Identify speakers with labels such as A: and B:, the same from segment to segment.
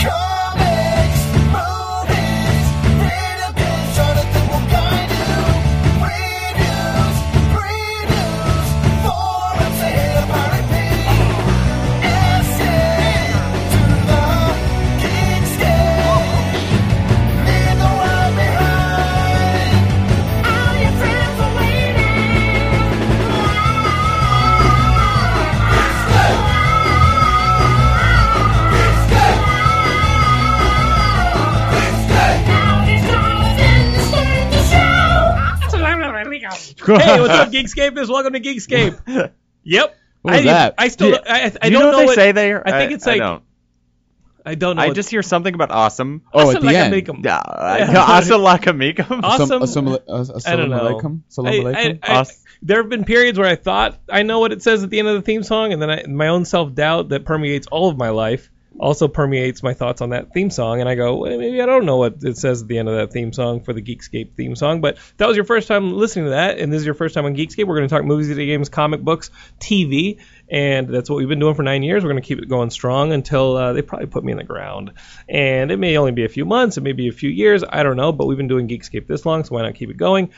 A: Comics, movies, database, Jonathan will guide you. Reviews, previews, forums, they hit a pirate Essay to the geek scale. Leave the world behind. All your friends are waiting.
B: hey, what's up, Geekscapists? Welcome to Geekscape. yep.
C: What was
B: I,
C: that?
B: I still
C: Yeah.
B: I, I
C: Do you
B: don't
C: know what they
B: what-
C: say there?
B: I think it's
C: I
B: like
C: don't.
B: I don't know.
C: I
B: what-
C: just hear something about awesome.
B: I
D: Oh,
B: said
D: at the
B: like I
D: end.
B: make 'em.
C: Yeah, I-
B: Yeah.
C: Assalamualaikum.
B: Awesome.
D: Assam- assamala- as-
B: I don't
D: assalamu
B: know.
D: alaikum?
B: I-
D: Salaam alaikum?
B: I- I-
C: Us.
B: there have been periods where I thought I know what it says at the end of the theme song, and then I, my own self doubt that permeates all of my life also permeates my thoughts on that theme song, and I go, well, maybe I don't know what it says at the end of that theme song for the Geekscape theme song. But if that was your first time listening to that, and this is your first time on Geekscape. We're going to talk movies, video games, comic books, TV, and that's what we've been doing for nine years. We're going to keep it going strong until uh, they probably put me in the ground. And it may only be a few months, it may be a few years, I don't know. But we've been doing Geekscape this long, so why not keep it going?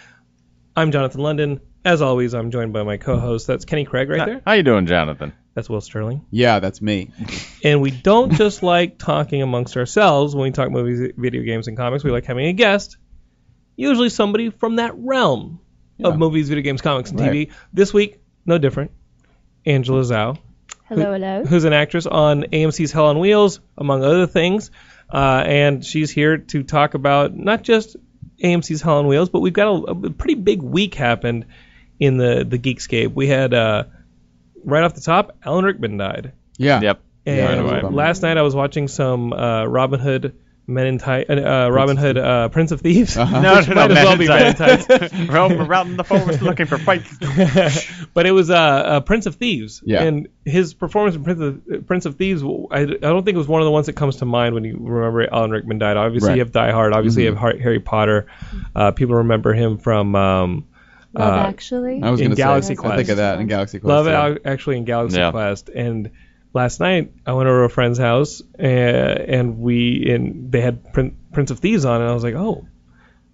B: I'm Jonathan London. As always, I'm joined by my co-host. That's Kenny Craig right there.
C: How you doing, Jonathan?
B: That's Will Sterling.
D: yeah, that's me.
B: And we don't just like talking amongst ourselves when we talk movies, video games, and comics. We like having a guest, usually somebody from that realm of movies, video games, comics, and TV. This week, no different. Angela Zhao,
E: Hello, hello.
B: who's an actress on AMC's Hell on Wheels, among other things, uh, and she's here to talk about not just AMC's Hell on Wheels, but we've got a, a pretty big week happened in the the Geekscape. We had uh, right off the top, Alan Rickman died.
D: Yeah.
C: Yep.
D: Yeah,
B: And
D: that's a bummer.
B: last night I was watching some uh, Robin Hood Men in Tights, uh, Robin Hood uh, Prince of Thieves.
D: Uh-huh.
C: No, no, no.
B: Might as well be
C: man,
B: Valentine's.
C: it's- Roam around in the forest looking for fights.
B: but it was uh, uh, Prince of Thieves.
D: Yeah.
B: And his performance in Prince of, Prince of Thieves, I, I don't think it was one of the ones that comes to mind when you remember Alan Rickman died. Obviously,
D: Right. Mm-hmm.
B: you have Die Hard. Obviously, you have Har- Harry Potter. Uh, people remember him from um,
E: Love
B: uh,
E: Actually.
D: I was
B: In
D: gonna
B: Galaxy
D: say,
B: Quest.
D: I think of that in Galaxy Quest.
B: Love
D: yeah.
B: Ac- actually in Galaxy
C: Yeah.
B: Quest. And last night I went over to a friend's house and, and we and they had Prin- Prince of Thieves on and I was like, oh,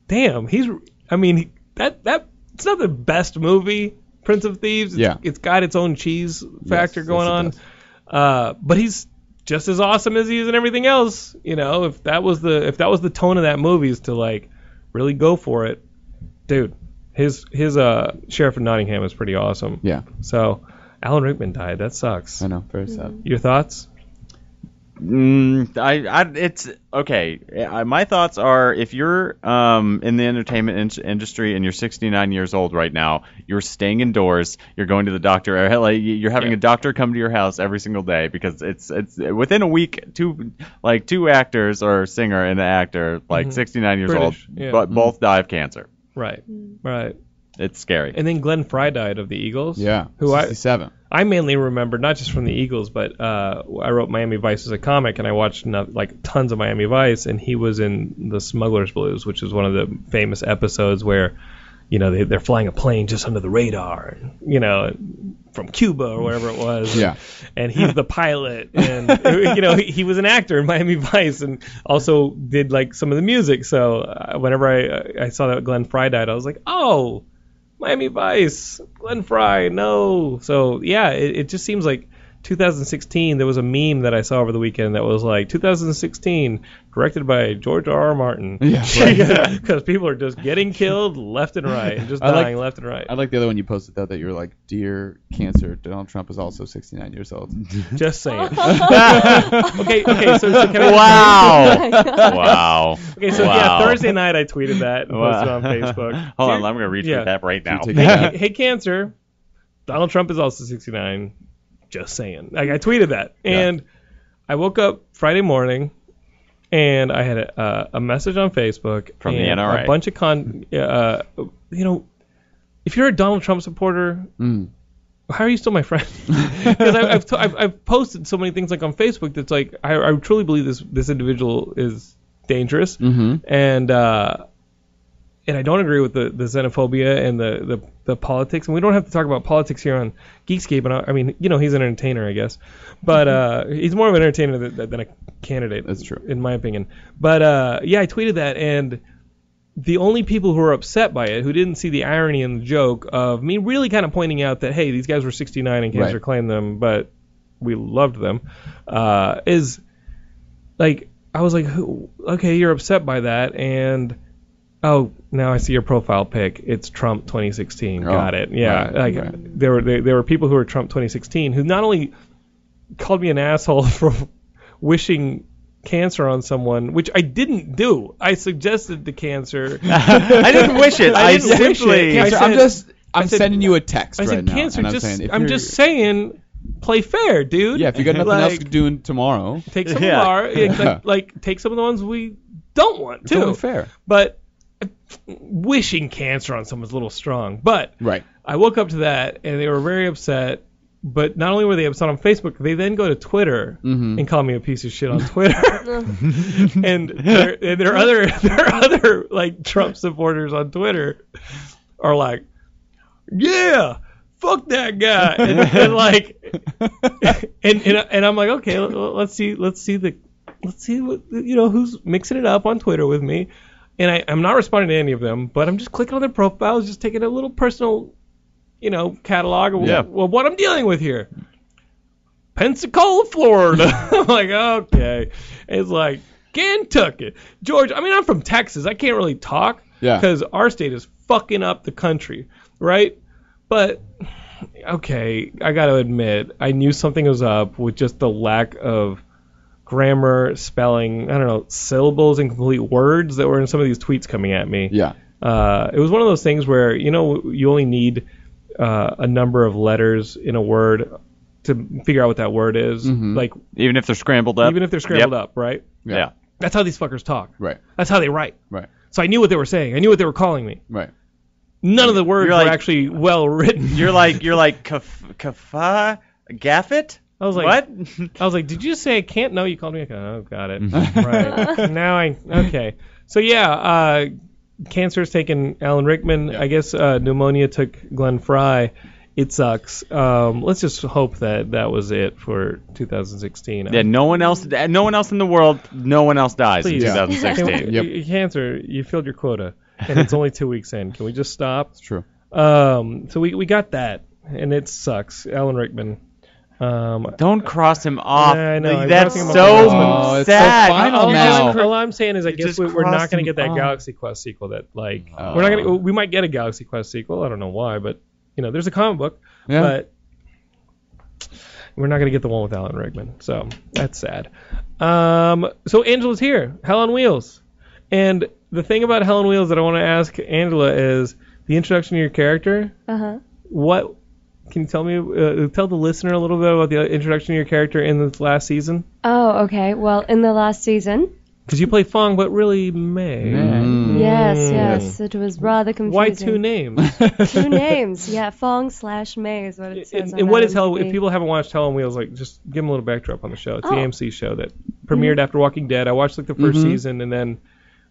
B: damn, he's. I mean, he- that that it's not the best movie, Prince of Thieves. It's,
D: Yeah.
B: it's got its own cheese factor
D: yes,
B: going
D: it
B: on.
D: does.
B: Uh, but he's just as awesome as he is in everything else. You know, if that was the if that was the tone of that movie is to like really go for it, dude. His his uh sheriff of Nottingham is pretty awesome.
D: Yeah,
B: So Alan Rickman died. That sucks.
D: I know. Very sad.
B: Your thoughts?
C: Mm, I, I, it's okay. I, my thoughts are if you're um, in the entertainment in- industry and you're 69 years old right now, you're staying indoors. You're going to the doctor. Or hell, like, you're having a doctor come to your house every single day because it's it's within a week. Two like two actors or a singer and an actor like 69 years
B: Mm-hmm. British,
C: old,
B: yeah. Mm-hmm.
C: but both die of cancer.
B: Right. Right.
C: It's scary.
B: And then Glenn Fry died of the Eagles.
D: Yeah.
B: Who I
D: 67.
B: I mainly remember not just from the Eagles, but uh, I wrote Miami Vice as a comic, and I watched no- like tons of Miami Vice, and he was in the Smuggler's Blues, which is one of the famous episodes where, you know, they, they're flying a plane just under the radar, you know, from Cuba or wherever it was.
D: Yeah.
B: and he's the pilot and you know he, he was an actor in miami vice and also did like some of the music so uh, whenever i i saw that glenn fry died i was like oh miami vice glenn fry no so yeah it, it just seems like 2016, there was a meme that I saw over the weekend that was like 2016, directed by George R. R. Martin.
D: Yeah,
B: Because people are just getting killed left and right, and just
D: I like-
B: dying left and right.
D: I like the other one you posted though that you were like, "Dear Cancer, Donald Trump is also 69 years old."
B: Just saying. okay, okay, so, so can I Oh
C: Wow. wow.
B: Okay, so
C: wow.
B: yeah, Thursday night I tweeted that and
C: Wow.
B: posted it on Facebook.
C: Hold on,
B: Dear-
C: I'm gonna retweet
B: yeah.
C: that right now.
D: Take
B: Hey,
D: that.
B: hey, cancer. Donald Trump is also 69. Just saying. Like I tweeted that, and I woke up Friday morning, and I had a, uh, a message on Facebook
C: From the
B: and
C: NRA.
B: A bunch of con. Uh, you know, if you're a Donald Trump supporter,
C: Hmm.
B: how are you still my friend? Because I, I've, t- I've I've posted so many things like on Facebook that's like I, I truly believe this this individual is dangerous
D: Mm-hmm.
B: and uh, and I don't agree with the, the xenophobia and the, the the politics and we don't have to talk about politics here on Geekscape and I, I mean you know he's an entertainer I guess but uh, he's more of an entertainer than, than a candidate
D: That's true.
B: in my opinion but uh, yeah I tweeted that and the only people who were upset by it, who didn't see the irony in the joke of me really kind of pointing out that hey, these guys were 69 and cancer
D: Right.
B: claimed them, but we loved them, uh, is like I was like, who- okay, you're upset by that, and oh, now I see your profile pic. It's Trump 2016. Got it. Yeah,
D: right,
B: like
D: right.
B: there were there, there were people who were Trump 2016 who not only called me an asshole for wishing cancer on someone, which I didn't do. I suggested the cancer.
C: I didn't wish it.
B: I
C: I,
B: didn't wish
C: simply.
B: it.
D: Cancer,
B: I
D: I'm
B: said-
D: just, I'm
B: said-
D: sending you a text
B: I
D: right
B: said
D: now,
B: cancer.
D: and I'm
B: just
D: saying, if
B: I'm
D: you're-
B: just saying, play fair, dude.
D: Yeah, if you got nothing
B: like,
D: else to do in tomorrow,
B: take some
C: Yeah.
B: of our like, like, like, take some of the ones we don't want too.
D: totally fair.
B: But uh, wishing cancer on someone's a little strong. But
D: Right.
B: I woke up to that and they were very upset. But not only were they upset on Facebook, they then go to Twitter and call me a piece of shit on Twitter. and there, and there are other there are other like Trump supporters on Twitter are like, yeah, fuck that guy, and, and like, and, and and I'm like, okay, l- l- let's see, let's see the, let's see what you know who's mixing it up on Twitter with me, and I, I'm not responding to any of them, but I'm just clicking on their profiles, just taking a little personal, you know, catalog of
C: Yeah.
B: what, well, what I'm dealing with here. Pensacola, Florida. I'm like, okay. It's like Kentucky, Georgia. I mean, I'm from Texas. I can't really talk
D: Yeah.
B: because our state is fucking up the country, right? But okay, I got to admit, I knew something was up with just the lack of grammar, spelling, I don't know, syllables and complete words that were in some of these tweets coming at me
D: Yeah.
B: uh, it was one of those things where you know you only need uh, a number of letters in a word to figure out what that word is. Like
C: Even if they're scrambled up.
B: even if they're scrambled
C: Yep.
B: up, right?
C: Yeah.
B: That's how these fuckers talk.
D: Right.
B: That's how they write.
D: Right.
B: So I knew what they were saying. I knew what they were calling me.
D: Right.
B: None of the words
C: You're like-
B: were actually well written.
C: You're like you're like kaf- kafa gaffet.
B: I was like,
C: what?
B: I was like, did you say I can't? No, you called me. I go, Oh, got it. right. Now I okay. So yeah, uh, cancer's taken Alan Rickman. I guess uh, pneumonia took Glenn Fry. It sucks. Um, let's just hope that that was it for 2016.
C: yeah. No one else. uh, No one else in the world. No one else dies
B: Please.
C: in
D: Yeah.
B: Can we-
C: 2016.
D: Yep.
B: y- Cancer, you filled your quota, and it's only two weeks in. Can we just stop?
D: It's true.
B: Um, so we we got that, and it sucks. Alan Rickman. Um,
C: Don't cross him off.
B: Yeah, I know, I
C: That's
B: crossed him
C: so
D: off. Oh, it's so
C: sad.
D: final
B: all, all
D: now.
B: I'm, all I'm saying is, I guess
C: just
B: we, we're not
C: crossed
B: going
C: them
B: to get that
C: off. Oh.
B: Galaxy Quest sequel. That like we're not going to. We might get a Galaxy Quest sequel. I don't know why, but you know, there's a comic book,
D: Yeah.
B: but we're not going to get the one with Alan Rickman. So that's sad. Um, so Angela's here. Hell on Wheels. And the thing about Hell on Wheels that I want to ask Angela is the introduction to your character. Uh huh. What can you tell me? Uh, tell the listener a little bit about the introduction to your character in this last season.
E: Oh, okay. Well, in the last season,
B: Because you play Fong, but really May.
E: Mm-hmm.
D: Mm.
E: yes, yes, it was rather confusing.
B: Mm. Why two names?
E: Two names? Yeah, Fong slash May is what it says.
B: and
E: on
B: and what is Hell?
E: IMDb.
B: If people haven't watched Hell on Wheels, like just give them a little backdrop on the show. It's the
E: Oh. Mm-hmm.
B: AMC show that premiered after Walking Dead. I watched like the 1st
D: Mm-hmm.
B: season, and then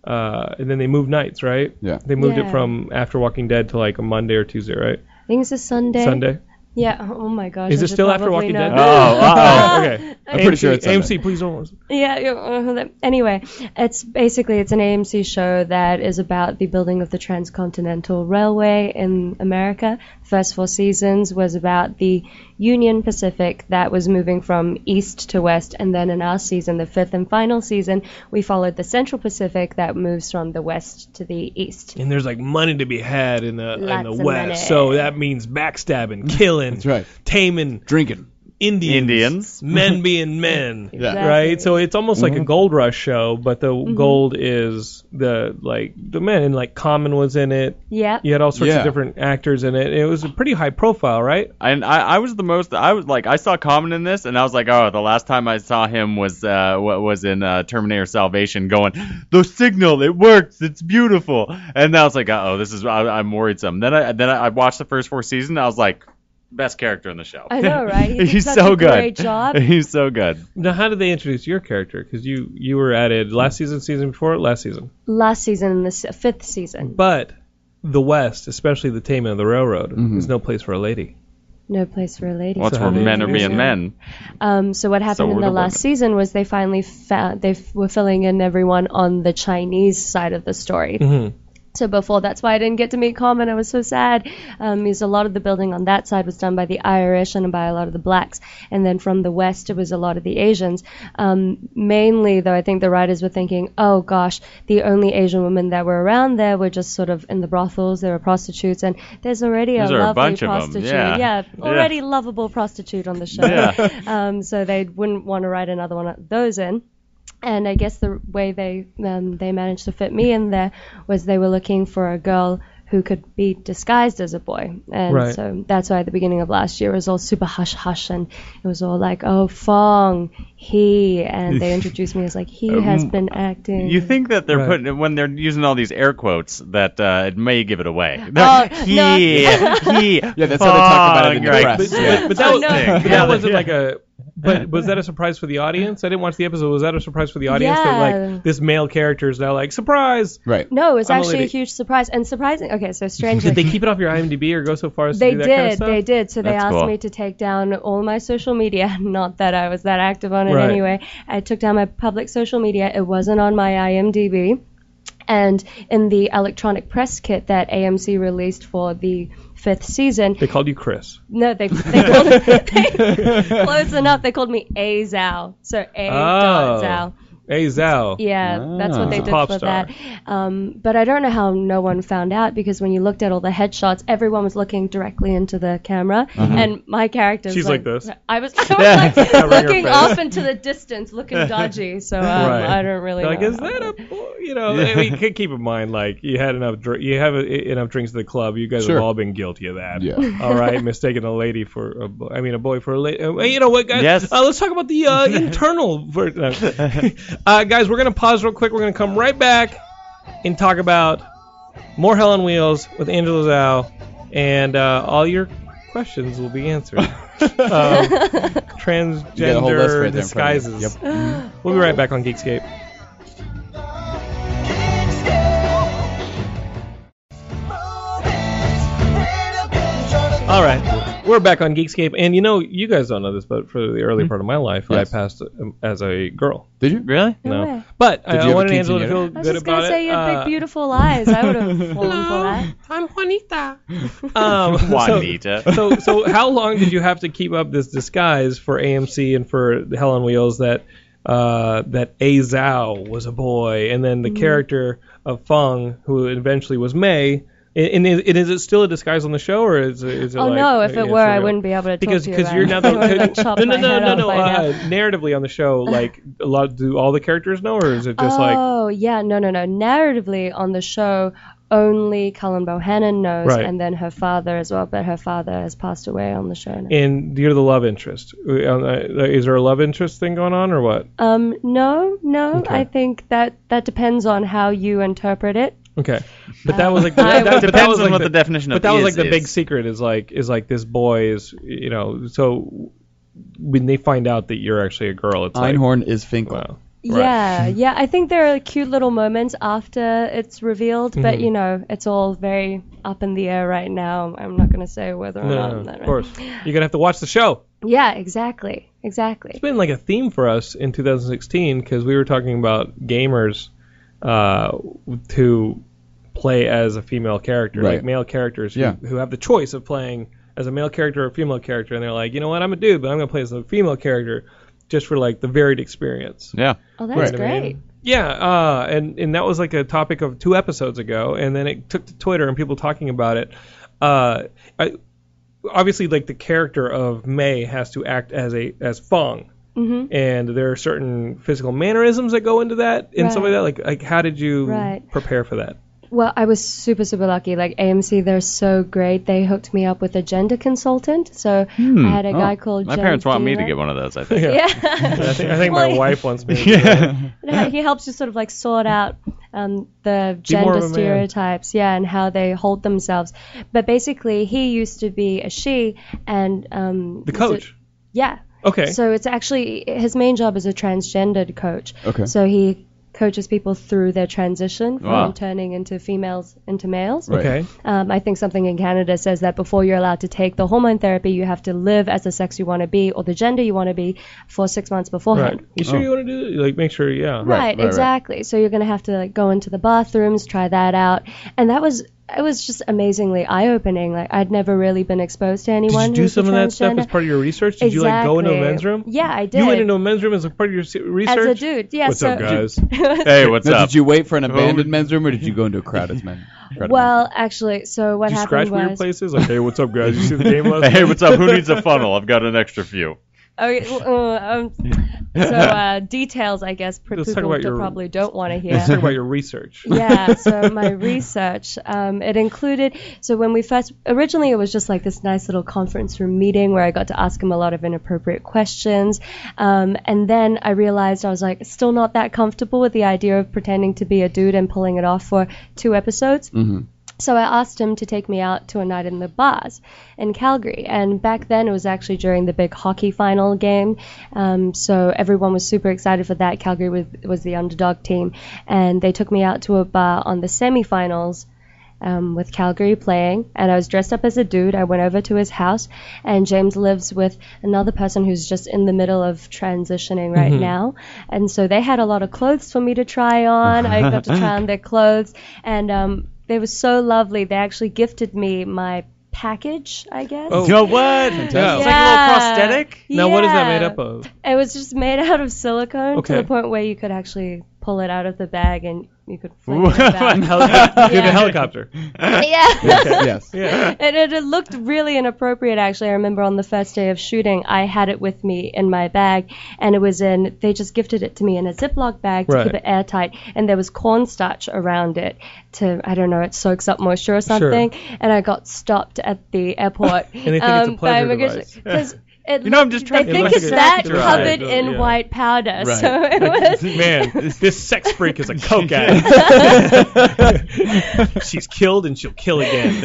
B: uh, and then they moved nights, right?
D: Yeah.
B: They moved it
E: Yeah.
B: from after Walking Dead to like a Monday or Tuesday, right?
E: I think it's a Sunday.
B: Sunday.
E: Yeah. Oh my gosh.
B: Is
E: I
B: it
E: should
B: still after Walking
E: probably know.
B: Dead?
C: Oh, uh-oh.
B: okay.
E: I'm
D: pretty sure
B: AMC
D: it's on there.
B: AMC. Please don't. listen.
E: Yeah. yeah, uh, that- Anyway, it's basically it's an AMC show that is about the building of the transcontinental railway in America. The first four seasons was about the Union Pacific that was moving from east to west, and then in our season, the fifth and final season, we followed the Central Pacific that moves from the west to the east.
B: and there's like money to be had in the
E: Lots
B: in
E: of
B: the
E: money.
B: West. So that means backstabbing, killing,
D: That's right.
B: taming
D: Drinking.
B: Indians,
C: Indians.
B: men being men.
D: Yeah. Mm-hmm.
B: Right, so it's almost like a gold rush show, but the
E: Mm-hmm.
B: gold is the like the men, and like Common was in it.
E: Yep.
B: You had all sorts
D: Yeah.
B: of different actors in it. It was a pretty high profile, right?
C: And I, I was the most. I was like, I saw Common in this, and I was like, oh, the last time I saw him was uh, what was in uh, Terminator Salvation, going, the signal, it works, it's beautiful. And I was like, uh oh, this is. I, I'm worried some. Then I then I I watched the first four seasons. and I was like, best character in the show.
E: I know, right? He did
C: He's
E: such
C: so
E: a
C: good.
E: Great job.
C: He's so good.
B: Now, how did they introduce your character? Because you you were added last season, season before, last season.
E: Last season, the s- fifth season.
B: But the West, especially the taming of the railroad,
D: Mm-hmm.
B: is no place for a lady.
E: No place for a lady.
C: What's
B: So
C: where
B: how do you
C: men are
B: introduce
C: being
B: him?
C: men.
E: Um, so what
C: So
E: happened in
C: we're
E: the
C: the
E: last
C: woman.
E: season was they finally found they f- were filling in everyone on the Chinese side of the story.
C: Mm-hmm.
E: So before that's why I didn't get to meet Common. I was so sad um, because a lot of the building on that side was done by the Irish and by a lot of the blacks, and then from the west it was a lot of the Asians. Um, mainly though, I think the writers were thinking, oh gosh, the only Asian women that were around there were just sort of in the brothels, they were prostitutes, and there's already
C: These
E: a
C: are a
E: lovely
C: bunch of 'em,
E: prostitute,
C: yeah. Yeah.
E: already lovable prostitute on the show
C: Yeah.
E: um, so they wouldn't want to write another one of those in. And I guess the way they um, they managed to fit me in there was they were looking for a girl who could be disguised as a boy, and
B: Right.
E: so that's why at the beginning of last year it was all super hush hush, and it was all like, oh Fong, he, and they introduced me as like he has
B: Um,
E: been acting.
C: You think that they're
B: Right.
C: putting when they're using all these air quotes that uh, it may give it away.
E: Oh,
C: he,
E: no.
C: he,
D: Yeah, that's how they talk about it in the
C: Right.
D: press.
C: But-
D: Yeah.
B: But that,
E: Oh,
B: was,
E: no.
B: but
C: Yeah.
B: that wasn't like a. But was that a surprise for the audience? I didn't watch the episode. Was that a surprise for the audience that
E: Yeah.
B: like this male character is now like surprise?
D: Right.
E: no, it was
B: I'm a
E: actually a
B: lady.
E: huge surprise and surprising. Okay, so strangely,
B: Did they keep it off your IMDb or go so far as
E: They
B: to do
E: did.
B: that kind of stuff?
E: They did. So they
C: That's
E: asked
C: cool.
E: me to take down all my social media. Not that I was that active on it
B: Right.
E: anyway. I took down my public social media. It wasn't on my IMDb. And in the electronic press kit that AMC released for the fifth season,
B: They called you Chris.
E: no, they, they called they, close enough. They called me A Zao. So A dot
B: Oh.
E: Zao.
B: Hey Zao.
E: Yeah, that's what they
B: It's a
E: did
B: pop
E: for
B: star.
E: that. Um, but I don't know how no one found out because when you looked at all the headshots, everyone was looking directly into the camera,
B: Mm-hmm.
E: and my character.
B: She's like this.
E: I was, I was like
B: Covering her
E: looking
B: face.
E: off into the distance, looking dodgy. So um,
B: Right.
E: I don't really.
B: Like,
E: know.
B: is that a boy? you know? I mean, ke- keep in mind, like you had enough, dr- you have uh, enough drinks at the club. You guys
D: Sure.
B: have all been guilty of that.
D: Yeah.
B: All right, mistaking a lady for a boy. I mean, a boy for a lady. Uh, you know what, guys?
C: Yes.
B: Uh, let's talk about the uh, internal. Ver- no. uh, guys, we're gonna pause real quick. We're gonna come right back and talk about more Hell on Wheels with Angela Zhao, and uh, all your questions will be answered. um,
D: You got a whole list
B: transgender
D: right there in front of you.
B: disguises.
D: Yep.
B: We'll be right back on Geekscape. All right, we're back on Geekscape, and you know, you guys don't know this, but for the early part of my life,
D: Hmm? Yes.
B: I passed um, as a girl.
D: Did you?
C: Really?
B: No,
E: way.
B: but I-
D: Did you
B: I
D: have a
B: wanted Angela to
D: quinceañera?
B: feel
E: I
B: good
E: was just
B: about
E: gonna say
B: it.
E: you had
B: Uh,
E: big, beautiful eyes. I would have fallen for that.
B: I'm Juanita. Um, so-
C: Juanita.
B: So, so how long did you have to keep up this disguise for AMC and for Hell on Wheels that uh, that A Zhao was a boy, and then the
E: Mm-hmm.
B: character of Feng, who eventually was Mei. And and is, and is it still a disguise on the show, or is it, is it
E: Oh
B: like,
E: no! If
B: yeah,
E: it were, I
B: surreal?
E: wouldn't be able to
B: because
E: talk to you
B: because
E: about
B: you're
E: it.
B: now
E: I would have
B: the
E: chopped
B: no no
E: my
B: no
E: head
B: no
E: off
B: no
E: by now.
B: uh, narratively on the show like a lot do all the characters know or is it just like
E: oh yeah no no no narratively on the show only Cullen Bohannon knows
B: Right.
E: and then her father as well but her father has passed away on the show now.
B: and you're the love interest Uh, uh, is there a love interest thing going on or what
E: um no no
B: Okay.
E: I think that that depends on how you interpret it
B: Okay, but that was like
E: I
B: that, that, but
E: would-
B: that
C: Depends
B: was
C: on
B: like
C: what the definition of
B: But that was
C: is
B: like the big
C: is.
B: secret is like is like this boy is you know so when they find out that you're actually a girl, it's like
D: Einhorn is Finkel.
B: wow.
E: Yeah, yeah. I think there are cute little moments after it's revealed,
B: Mm-hmm.
E: but you know, it's all very up in the air right now. I'm not going to say whether or
B: No,
E: not.
B: no,
E: I'm
B: no,
E: not
B: uh, of course. You're going to have to watch the show.
E: Yeah, exactly, exactly.
B: It's been like a theme for us in 2016 because we were talking about gamers uh, to play as a female character,
D: Right.
B: like male characters who,
D: Yeah.
B: who have the choice of playing as a male character or a female character, and they're like, you know what, I'm a dude, but I'm going to play as a female character just for like the varied experience.
C: Yeah.
E: Oh, that's
B: Right, I mean-
E: great.
B: Yeah, uh, and and that was like a topic of two episodes ago, and then it took to Twitter and people talking about it. Uh, I, obviously, like the character of May has to act as a as Fong, mm-hmm. and there are certain physical mannerisms that go into that and stuff like
E: Right.
B: that. Like like how did you
E: Right.
B: prepare for that?
E: Well, I was super, super lucky. Like AMC, they're so great. They hooked me up with a gender consultant. So I had a guy
C: Oh,
E: called.
C: My
E: Joe
C: parents want me to
E: Dina.
C: get one of those. I think.
E: Yeah.
B: I think, I think
E: Well,
B: my
E: yeah.
B: wife wants me. to
C: yeah.
E: he helps you sort of like sort out um, the
B: more
E: gender
B: of a man.
E: stereotypes, yeah, and how they hold themselves. But basically, he used to be a she, and um,
B: The coach.
E: yeah.
B: Okay.
E: So it's actually his main job is a transgendered coach.
D: Okay.
E: So he coaches people through their transition from
C: Wow.
E: turning into females into males.
D: Right.
B: okay.
E: Um, I think something in Canada says that before you're allowed to take the hormone therapy, you have to live as the sex you want to be or the gender you want to be for six months beforehand.
B: Right. Oh. You sure you want to do that? Like make sure. Yeah.
D: Right,
E: Right,
D: right, right.
E: exactly. So you're going to have to like go into the bathrooms, try that out, and that was it was just amazingly eye-opening. Like I'd never really been exposed to
B: Did
E: anyone.
B: you do
E: who's a
B: some of that stuff
E: transgender.
B: as part of your research? Did you like go into a
E: Exactly.
B: men's room?
E: Yeah, I did.
B: You went into a men's room as a part of your se-
E: as
B: research.
E: a dude, yeah.
B: What's
E: so,
B: up, guys?
C: Hey, what's
D: Now,
C: up? Oh.
D: did you wait for an abandoned men's room or did you go into a crowded men? crowded
E: Well, actually, so what
B: Did you
E: happened
B: scratch
E: was
B: weird places? Like, hey, what's up, guys? You see the game last
C: hey,
B: night?
C: what's up? Who needs a funnel? I've got an extra few.
E: Oh, yeah, well, uh, um, so uh, details, I guess, for
B: Let's talk
E: people
B: about
E: that
B: your-
E: probably don't want to
B: Let's talk
E: hear.
B: about your research.
E: yeah, so my research, um, it included, so when we first, originally it was just like this nice little conference room meeting where I got to ask him a lot of inappropriate questions. Um, and then I realized I was like still not that comfortable with the idea of pretending to be a dude and pulling it off for two episodes. So I asked him to take me out to a night in the bars in Calgary. And back then it was actually during the big hockey final game. Um, so everyone was super excited for that. Calgary was, was the underdog team. And they took me out to a bar on the semifinals um, with Calgary playing, and I was dressed up as a dude. I went over to his house, and James lives with another person who's just in the middle of transitioning right
B: Mm-hmm.
E: now. And so they had a lot of clothes for me to try on. I got to try on their clothes, and um, they were so lovely. They actually gifted me my package, I guess.
B: Oh,
C: You know what?
B: Yeah.
C: It's like a little prosthetic.
B: Now, what is that
E: Yeah.
B: made up of?
E: It was just made out of silicone
B: Okay.
E: to the point where you could actually pull it out of the bag and you could fling it back.
B: Helicopter.
E: Yeah.
B: a helicopter.
E: yeah.
D: men? yes.
B: Yeah.
E: And it, it looked really inappropriate, actually. I remember on the first day of shooting, I had it with me in my bag, and it was in, they just gifted it to me in a Ziploc bag to
B: Right.
E: keep it airtight, and there was cornstarch around it to, I don't know, it soaks up moisture or something. And I got stopped at the airport. Um, and
B: they think it's a pleasure device.
E: Because it
C: You know, I'm just
E: I
C: trying to.
B: It
E: think
B: looks
E: it's
B: like a-
E: that covered
B: Right.
E: in
B: Yeah.
E: white powder.
D: Right.
E: So it was
B: Man, this sex freak is a coke addict. She's killed and she'll kill again.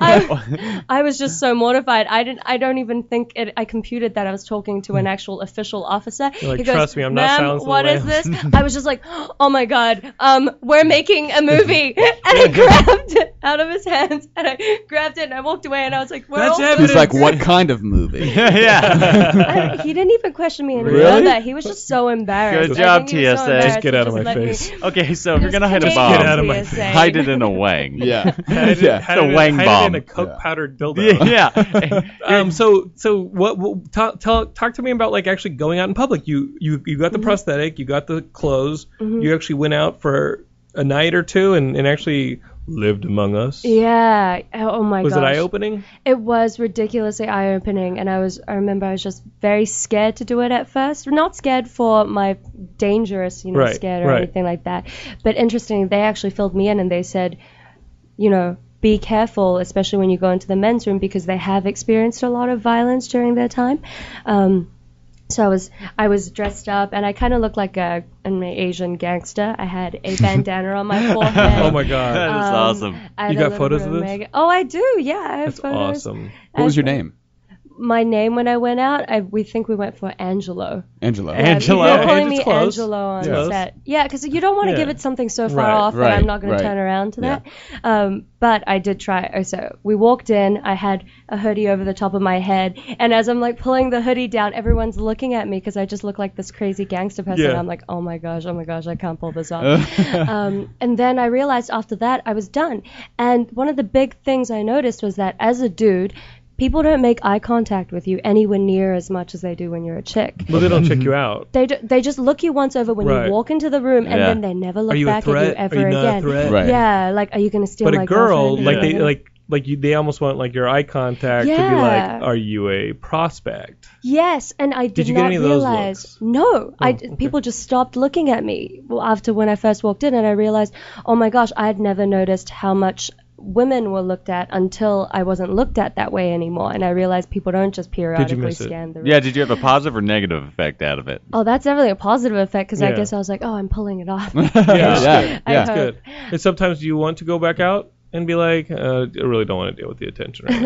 E: I, I was just so mortified. I didn't. I don't even think it, I computed that I was talking to an actual official officer.
B: Hmm. You're like,
E: He goes,
B: "Trust me, I'm not
E: "Ma'am,
B: Silence of the
E: What is
B: Lambs."
E: this? I was just like, oh my god. Um, we're making a movie, and I grabbed it out of his hands, and I grabbed it, and I walked away, and I was like, we're
B: That's
E: all
B: evidence.
D: He's like, what kind of movie?
C: yeah.
E: I- he didn't even question me anymore.
D: Really?
E: that. He was just so embarrassed.
C: Good
E: I
C: job,
E: think he was
C: TSA.
E: so embarrassed
C: Just
B: get
E: he
B: out of my
E: let me-
B: face.
C: okay, so if you're
E: Just
C: gonna hide a
E: kidding,
C: bomb,
B: Get out of my
E: TSA.
B: face.
C: hide it in a wang.
D: Yeah.
B: Hide it-
D: yeah.
B: hide
C: It's a
B: it in-
C: wang
B: hide
C: bomb.
B: It in a coke
D: Yeah.
B: powdered dildo.
C: Yeah.
B: Um. So so what? what talk, tell, talk to me about like actually going out in public. You you you
C: Mm-hmm.
B: got the prosthetic. You got the clothes. You actually went out for a night or two and, and actually lived among us.
E: Yeah. Oh my god.
B: Was it eye opening?
E: It was ridiculously eye opening, and I was I remember I was just very scared to do it at first. Not scared for my dangerous, you know,
B: Right,
E: scared or
B: right.
E: anything like that. But interesting, they actually filled me in and they said, you know, be careful, especially when you go into the men's room because they have experienced a lot of violence during their time. Um, so I was I was dressed up and I kind of looked like a an Asian gangster. I had a bandana on my forehead.
B: Oh my god.
C: That is awesome.
E: I
B: You
E: had a
B: got
E: little
B: photos of
E: bit
B: this?
E: a- Oh, I do. Yeah, I have
B: That's
E: photos.
B: awesome.
D: What was your name?
E: my name when I went out, I, we think we went for Angelo.
D: Angelo.
E: Yeah,
B: Angelo,
E: People were calling
B: Ange is
E: me
B: close.
E: Angelo on
B: Close.
E: set. Yeah, because you don't want to
B: Yeah.
E: give it something so far
B: Right,
E: off
D: right,
E: that I'm not going
D: right.
E: to turn around to that. Um, but I did try. it. So we walked in. I had a hoodie over the top of my head, and as I'm like pulling the hoodie down, everyone's looking at me because I just look like this crazy gangster person.
B: Yeah.
E: I'm like, oh my gosh, oh my gosh, I can't pull this off. um, and then I realized after that I was done. And one of the big things I noticed was that as a dude. People don't make eye contact with you anywhere near as much as they do when you're a chick
B: Well, they don't check you out.
E: they do, they just look you once over when
B: Right.
E: you walk into the room and
C: Yeah.
E: then they never look
B: Are you a
E: back at you
B: threat?
E: ever
B: Are you not
E: again.
B: a threat?
D: Right.
E: Yeah, like are you gonna steal
B: But
E: my
B: a girl,
E: girlfriend?
B: like
E: Yeah.
B: they like like you, they almost want like your eye contact to be
E: Yeah.
B: like, are you a prospect?
E: Yes, and I did,
B: you get
E: not
B: any of those
E: realize.
B: looks? Oh,
E: No, I people just stopped looking at me well, after when I first walked in, and I realized, oh my gosh, I had never noticed how much women were looked at until I wasn't looked at that way anymore, and I realized people don't just periodically
B: miss it?
E: scan the room.
C: Yeah, did you have a positive or negative effect out of it?
E: Oh, that's definitely a positive effect because I
B: Yeah.
E: guess I was like, oh, I'm pulling it off.
B: Yeah.
D: yeah.
E: I
D: yeah.
E: hope.
B: Good. And sometimes you want to go back out and be like, uh, I really don't want to deal with the attention right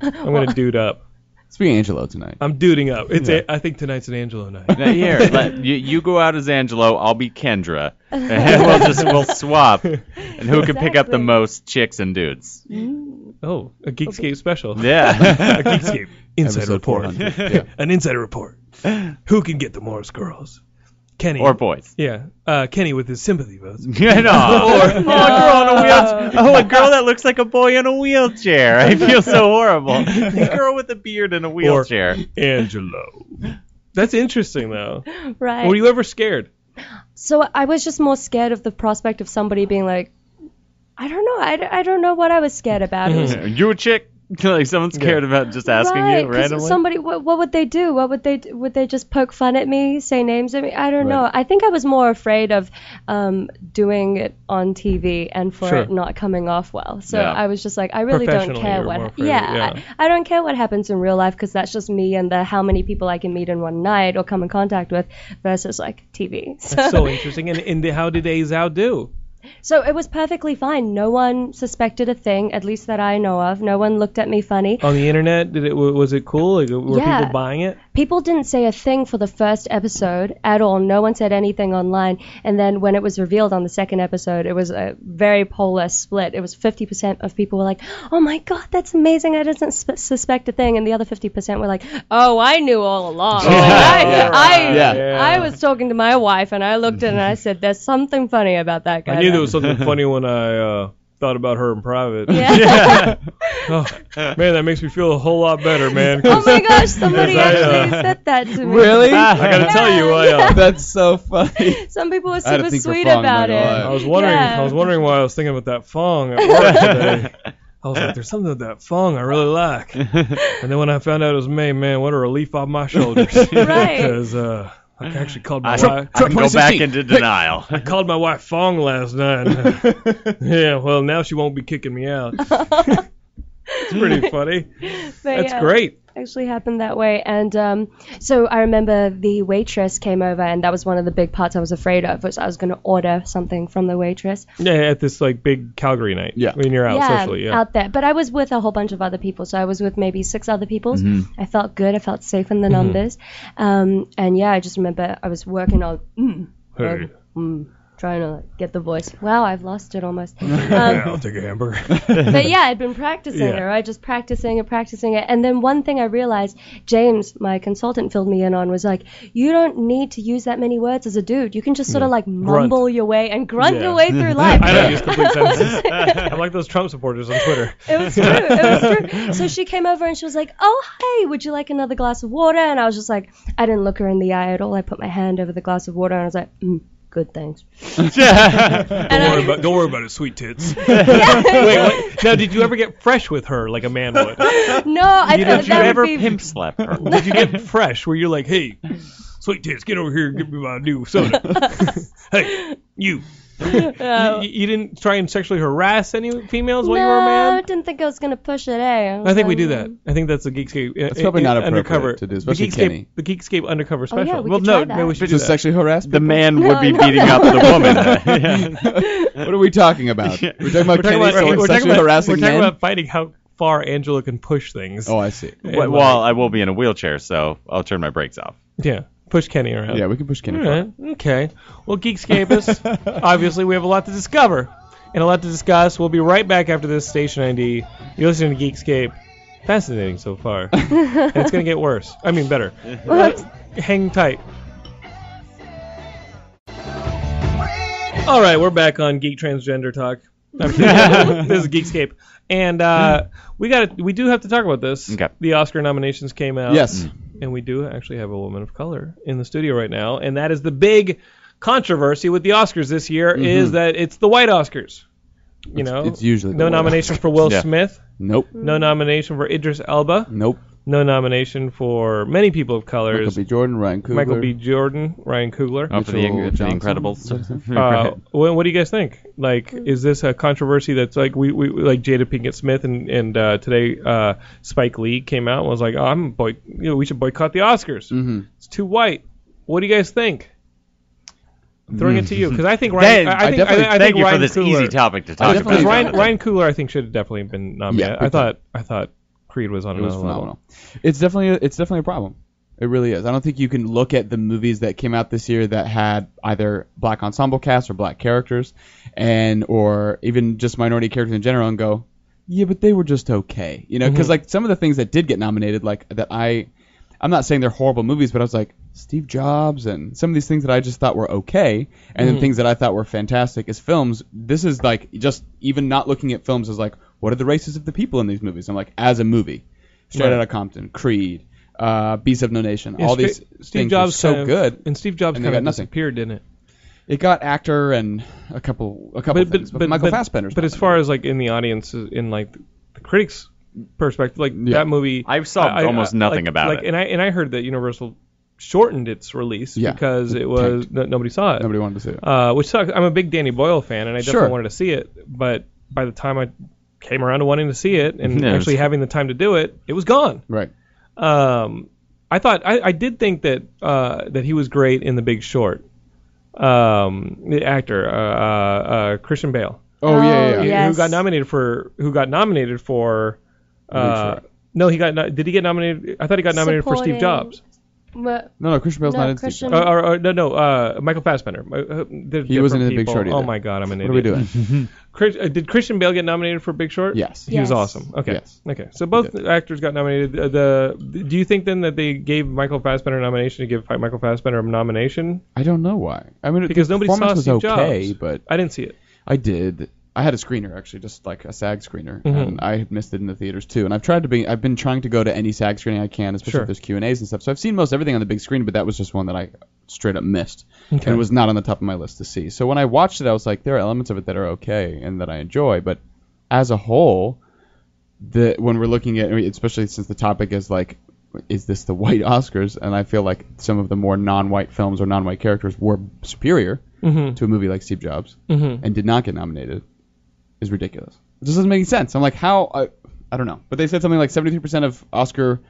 B: now. I'm gonna dude up.
D: Let's be Angelo tonight.
B: I'm duding up. It's a, I think tonight's an Angelo night.
C: Now, Here, let, you, you go out as Angelo, I'll be Kendra, and we'll just we'll swap, and who can pick up the
E: Exactly.
C: most chicks and dudes?
B: Oh, a Geekscape special.
C: Yeah,
B: A Geekscape inside
D: Episode
B: report.
D: 400. Yeah.
B: An insider report. Who can get the Morris girls? Kenny
C: or boys.
B: Yeah, uh, Kenny with his sympathy votes.
C: Yeah, no. or, oh, a girl on a wheelchair. Oh, a girl that looks like a boy in a wheelchair. I feel so horrible. A girl with a beard in a wheelchair.
B: Angelo. That's interesting though.
E: right.
B: Were you ever scared?
E: so I was just more scared of the prospect of somebody being like, I don't know, I, d- I don't know what I was scared about. It was
C: you a chick? like someone's scared about just asking
E: right,
C: you
E: 'cause
C: randomly.
E: somebody, what, what would they do? What would they do? would they just poke fun at me, say names at me? I don't know. I think I was more afraid of um, doing it on TV and for
B: Sure.
E: it not coming off well. So
C: Yeah.
E: I was just like, I really don't
B: Professionally, you
E: care
B: were more
E: what.
B: afraid,
E: yeah,
B: yeah.
E: I, I don't care what happens in real life because that's just me and the how many people I can meet in one night or come in contact with versus like TV.
B: That's so interesting. And, and how did Azal do?
E: So it was perfectly fine. No one suspected a thing, at least that I know of. No one looked at me funny.
B: On the internet, did it was it cool? Like, were
E: Yeah.
B: people buying it?
E: People didn't say a thing for the first episode at all. No one said anything online. And then when it was revealed on the second episode, it was a very polar split. It was 50% of people were like, "Oh my god, that's amazing! I didn't sp- suspect a thing," and the other 50% were like, "Oh, I knew all along. I, I,
D: Yeah.
E: I was talking to my wife, and I looked at it and I said, "There's something funny about that guy."
B: I knew there was something funny when I uh, thought about her in private.
E: Yeah.
B: Oh, man, that makes me feel a whole lot better, man.
E: Oh my gosh, somebody
B: Yes, I, uh,
E: actually said that to me.
D: Really?
B: I gotta tell you, uh, I, uh,
D: That's so funny.
E: Some people were
D: I had to
E: super
D: think for
E: sweet
D: fun, I'm
E: about
D: not gonna
E: it.
B: I
D: lie.
B: was wondering.
E: Oh Yeah.
B: I was wondering why I was thinking about that fong at work today. I was like, there's something with that fong I really like. And then when I found out it was me, man, what a relief off my shoulders.
E: Right.
B: Because uh, I actually called my
C: I,
B: wife.
C: I can go back
D: 2016.
C: into denial.
B: I called my wife Fong last night. yeah, well now she won't be kicking me out. it's pretty funny.
E: But
B: That's
E: yeah,
B: great.
E: it Actually happened that way, and um, so I remember the waitress came over, and that was one of the big parts I was afraid of, was I was going to order something from the waitress.
B: Yeah, at this like big Calgary night.
D: Yeah.
B: when you're out socially. Oh, Yeah.
E: out there. But I was with a whole bunch of other people, so I was with maybe six other people.
B: Mm-hmm.
E: I felt good. I felt safe in the numbers, um, and yeah, I just remember I was working on
B: Hey,
E: trying to like, get the voice. Wow, I've lost it almost. Um,
B: yeah, I'll take a hamburger.
E: but yeah, I'd been practicing
B: Yeah.
E: it, right? Just practicing it, practicing it. And then one thing I realized, James, my consultant, filled me in on was like, you don't need to use that many words as a dude. You can just sort of like mumble your way and grunt
B: Yeah.
E: your way through life.
B: I don't use complete sentences. I'm like those Trump supporters on Twitter.
E: It was true. It was true. So she came over and she was like, "Oh, hey, would you like another glass of water?" And I was just like, I didn't look her in the eye at all. I put my hand over the glass of water and I was like, mm, "Good, thanks." and
B: Don't worry
E: I,
B: about, don't worry about it, sweet tits. Wait, what? Now, did you ever get fresh with her like a man would?
E: no, I
C: Did
E: thought
C: you
E: that
C: ever
E: would be
C: pimp slap her?
B: Did you get fresh where you're like, hey, sweet tits, get over here and give me my new soda? hey, you. you. You didn't try and sexually harass any females while you were a
E: no,
B: man?
E: didn't think I was gonna push it. Eh?
B: I think we do that. I think that's the Geekscape. That's
D: probably not appropriate
B: undercover.
D: to do,
B: The
D: especially
B: Geekscape,
D: Kenny.
B: The Geekscape undercover
E: Oh,
B: special.
E: yeah, we
C: Well,
E: could
C: no,
E: try that.
B: maybe we should do
D: Just
B: that.
D: sexually harassed
C: The
D: people?
C: man would be
E: No, no,
C: beating up the woman. Yeah.
D: What are we talking about? We're talking
B: We're talking
D: about Kenny
B: about,
D: Sewell
B: we're talking
D: sexually
B: about,
D: harassing
B: we're talking
D: men?
B: about fighting how far Angela can push things.
D: Oh, I see.
B: And,
C: Well,
B: like,
C: well, I will be in a wheelchair, so I'll turn my brakes off.
B: yeah, push Kenny around.
D: Yeah, we can push
B: All
D: Kenny.
B: right. Okay. Well, Geekscapists, obviously, we have a lot to discover and a lot to discuss. We'll be right back after this station ID. You're listening to Geekscape. Fascinating so far. and it's going to get worse. I mean, better. Hang tight. All right, we're back on Geek Transgender Talk. I'm kidding. this is Geekscape, and uh, we got we do have to talk about this.
C: Okay.
B: The Oscar nominations came out.
D: Yes.
B: And we do actually have a woman of color in the studio right now, and that is the big controversy with the Oscars this year is that it's the white Oscars. You know,
D: Mm-hmm. it's usually the
B: no
D: white
B: nomination for Will
C: Yeah.
B: Smith,
D: Nope.
B: no nomination for Idris Elba,
D: Nope.
B: no nomination for many people of color.
D: Michael
B: is
D: B. Jordan, Ryan Coogler.
B: Michael B. Jordan, Ryan Coogler.
C: Oh, for the,
D: Mitchell
C: Ing- for the
D: Johnson.
C: Incredibles.
B: Uh, what, what do you guys think? Like, is this a controversy that's like we, we like Jada Pinkett Smith and and uh, today uh, Spike Lee came out and was like, oh, I'm boy, you know, we should boycott the Oscars.
D: Mm-hmm.
B: It's too white. What do you guys think? I'm throwing it to you because I think Ryan.
C: Then,
B: I, I
D: Mm-hmm. I
B: think,
D: definitely-
B: I, I
C: Thank
B: think
C: you
B: Ryan
C: for this
B: Coogler,
C: easy topic to
D: I
C: talk
D: definitely
C: about.
B: Because Ryan
D: Okay.
B: Ryan Coogler, I think, should have definitely been nominated.
D: Yeah, big
B: I thought I thought Creed was on
D: It was
B: another level.
D: phenomenal. It's definitely a, it's definitely a problem. It really is. I don't think you can look at the movies that came out this year that had either black ensemble casts or black characters, and or even just minority characters in general, and go, yeah, but they were just okay, you know? Because like some of the things that did get nominated, like that I, I'm not saying they're horrible movies, but I was like Steve Jobs and some of these things that I just thought were okay, and
B: Mm.
D: then things that I thought were fantastic as films. This is like just even not looking at films as like what are the races of the people in these movies? I'm like as a movie, straight
B: Right.
D: out of Compton, Creed, uh, Beast of No Nation, all
B: Yeah,
D: these
B: Stra-
D: things are so
B: kind of-
D: good.
B: and Steve Jobs
D: and they
B: kind of
D: got nothing.
B: disappeared, didn't it?
D: It got actor and a couple a couple things, but, Michael Fassbender's.
B: But
D: not
B: as
D: in it.
B: far as like in the audience, in like the critics' perspective, like
D: Yeah.
B: that movie,
C: I saw almost nothing
B: like-
C: about
B: like,
C: it.
B: And I and I heard that Universal shortened its release
D: Yeah.
B: because
D: It
B: it was no, nobody saw it.
D: nobody wanted to see it.
B: Uh, which sucks. I'm a big Danny Boyle fan, and I definitely
D: Sure.
B: wanted to see it. But by the time I came around to wanting to see it and
C: Yeah, it was-
B: actually having the time to do it, it was gone.
D: right.
B: Um, I thought I, I did think that uh, that he was great in The Big Short. Um, the actor, uh, uh, uh, Christian Bale
D: Oh, yeah, yeah. yeah.
E: yeah.
B: who
E: Yes.
B: got nominated for who got nominated for uh, no he got no- did he get nominated I thought he got nominated for Steve
E: Supporting-
B: Jobs
E: Well,
D: No, no, Christian Bale's
E: No,
D: not in.
E: Christian-
D: Christian.
B: or, or, or no no uh, Michael Fassbender Uh, there's
D: He wasn't
B: different
D: in The Big
B: people.
D: Short
B: oh
D: either.
B: my god I'm an
D: What are we
B: idiot
D: doing?
B: Chris, uh, did Christian Bale get nominated for Big Short
D: yes.
B: he was
E: Yes.
B: awesome okay
D: Yes.
B: okay so both actors got nominated Uh, the do you think then that they gave Michael Fassbender a nomination to give Michael Fassbender a nomination
D: I don't know why. I mean,
B: because
D: the
B: nobody saw
D: performance was
B: Steve
D: okay,
B: Jobs
D: but
B: I didn't see it
D: I did. I had a screener actually, just like a SAG screener, and I had missed it in the theaters too. And I've tried to be, I've been trying to go to any SAG screening I can, especially
B: Sure.
D: if there's Q and A's and stuff. So I've seen most everything on the big screen, but that was just one that I straight up missed, and was not on the top of my list to see. So when I watched it, I was like, there are elements of it that are okay and that I enjoy, but as a whole, the when we're looking at, I mean, especially since the topic is like, is this the white Oscars? And I feel like some of the more non-white films or non-white characters were superior
B: Mm-hmm.
D: to a movie like Steve Jobs and did not get nominated is ridiculous. It just doesn't make any sense. I'm like, how? I, I don't know. But they said something like 73% of Oscar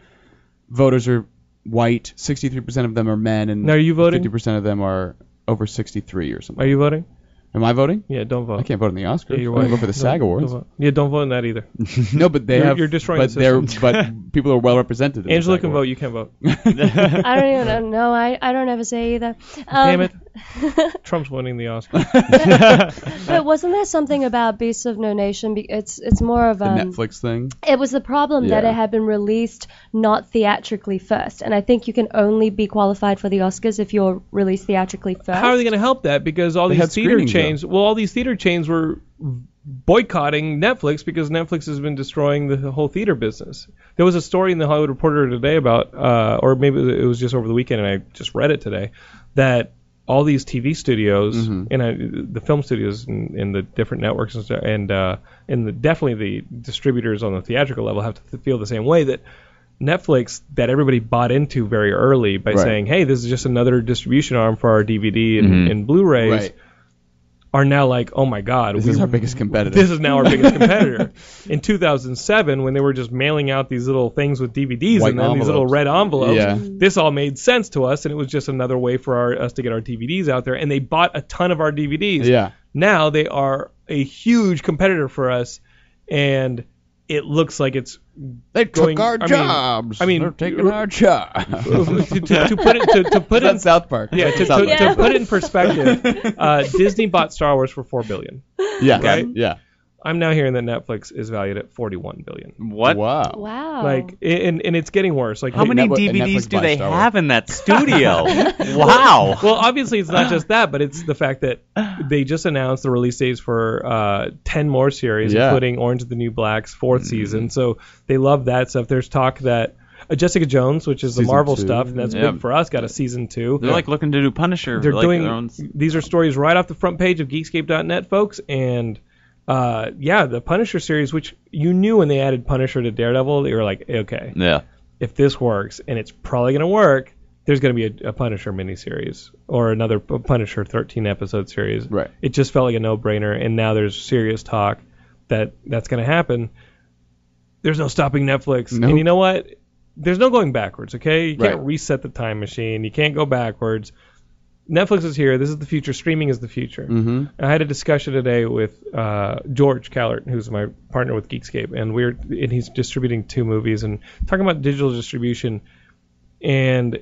D: voters are white, 63% of them are men, and
B: Now, are you voting?
D: 50% of them are over 63 or something.
B: are you voting
D: Am I voting?
B: yeah don't vote
D: I can't vote in the Oscars.
B: you're
D: I
B: right.
D: can vote for the SAG
B: Don't-
D: Awards.
B: don't vote. yeah don't vote in that either
D: No, but they
B: You're-
D: have.
B: you're destroying
D: but
B: the
D: they're
B: system.
D: but people are well represented. in the
B: Angela
D: SAG
B: can vote
D: Awards.
B: you can't vote
E: Um, I don't even know. I, I don't ever say either. Um,
B: Damn it. Trump's winning the Oscar.
E: But wasn't there something about Beasts of No Nation? Be- It's it's more of um,
D: The Netflix thing.
E: it was the problem that
D: Yeah.
E: it had been released not theatrically first, and I think you can only be qualified for the Oscars if you're released theatrically first.
B: How are they going to help that? Because all
D: had
B: these theater
D: screenings, though.
B: chains, well, all these theater chains were boycotting Netflix because Netflix has been destroying the whole theater business. There was a story in the Hollywood Reporter today about, uh, or maybe it was just over the weekend, and I just read it today, that all these TV studios
D: Mm-hmm.
B: and uh, the film studios and, and the different networks and stuff, and uh, and the, definitely the distributors on the theatrical level have to feel the same way that Netflix that everybody bought into very early by saying, "Hey, this is just another distribution arm for our DVD and, and Blu-rays,"
D: Mm-hmm. Right.
B: are now like, "Oh my God,
D: This
B: we-
D: is our biggest competitor.
B: this is now our biggest competitor." In 2007, when they were just mailing out these little things with DVDs
D: White
B: and then these little
D: envelopes.
B: red envelopes,
D: Yeah.
B: this all made sense to us, and it was just another way for our, us to get our DVDs out there. And they bought a ton of our DVDs.
D: Yeah.
B: Now they are a huge competitor for us, and it looks like it's
D: They took
B: Going-
D: our
B: I mean-
D: jobs.
B: I mean-
D: they're taking our jobs.
B: to, to, to put it to, to put in
D: That's South Park.
B: yeah to,
D: South
B: to,
D: Park.
B: to put in perspective, uh, Disney bought Star Wars for four billion.
D: yeah,
B: Right?
D: yeah.
B: I'm now hearing that Netflix is valued at forty-one billion.
C: What?
D: Wow.
E: Wow.
B: Like, and and it's getting worse. Like,
C: How
D: Hey,
C: many DVDs
D: Netflix- Netflix
C: do
D: buys
C: they
D: Star Wars.
C: have in that studio? wow.
B: Well, obviously it's not just that, but it's the fact that they just announced the release dates for uh, ten more series,
D: Yeah. Mm-hmm.
B: including Orange is the New Black's 4th season. So they love that stuff. There's talk that uh, Jessica Jones, which is the
D: Season
B: Marvel
D: two. Mm-hmm.
B: stuff, and that's
C: Yeah.
B: big for us, got a season two.
C: They're like looking to do Punisher.
B: They're
C: like,
B: doing
C: their own-
B: these are stories right off the front page of Geekscape.net, folks, and uh, yeah, the Punisher series, which you knew when they added Punisher to Daredevil, you were like, okay,
C: Yeah.
B: if this works, and it's probably going to work, there's going to be a, a Punisher miniseries or another P- Punisher 13 episode series.
D: Right.
B: It just felt like a no brainer, and now there's serious talk that that's going to happen. There's no stopping Netflix,
D: Nope.
B: and you know what? There's no going backwards. Okay, you can't
D: Right.
B: reset the time machine. You can't go backwards. Netflix is here. This is the future. Streaming is the future.
D: Mm-hmm.
B: I had a discussion today with uh, George Callert, who's my partner with Geekscape, and we're and he's distributing two movies and talking about digital distribution. And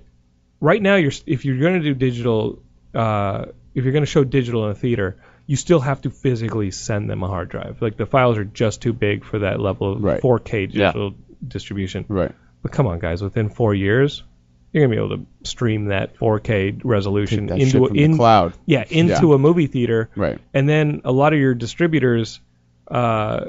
B: right now, you're if you're going to do digital, uh, if you're going to show digital in a theater, you still have to physically send them a hard drive. Like the files are just too big for that level of
D: Right.
B: 4K
C: Yeah.
B: digital distribution.
D: Right.
B: But come on, guys, within four years, you're gonna be able to stream that 4K resolution
D: Take that shit
B: into
D: from
B: in,
D: the cloud.
B: yeah into
D: Yeah.
B: a movie theater.
D: Right.
B: And then a lot of your distributors' uh,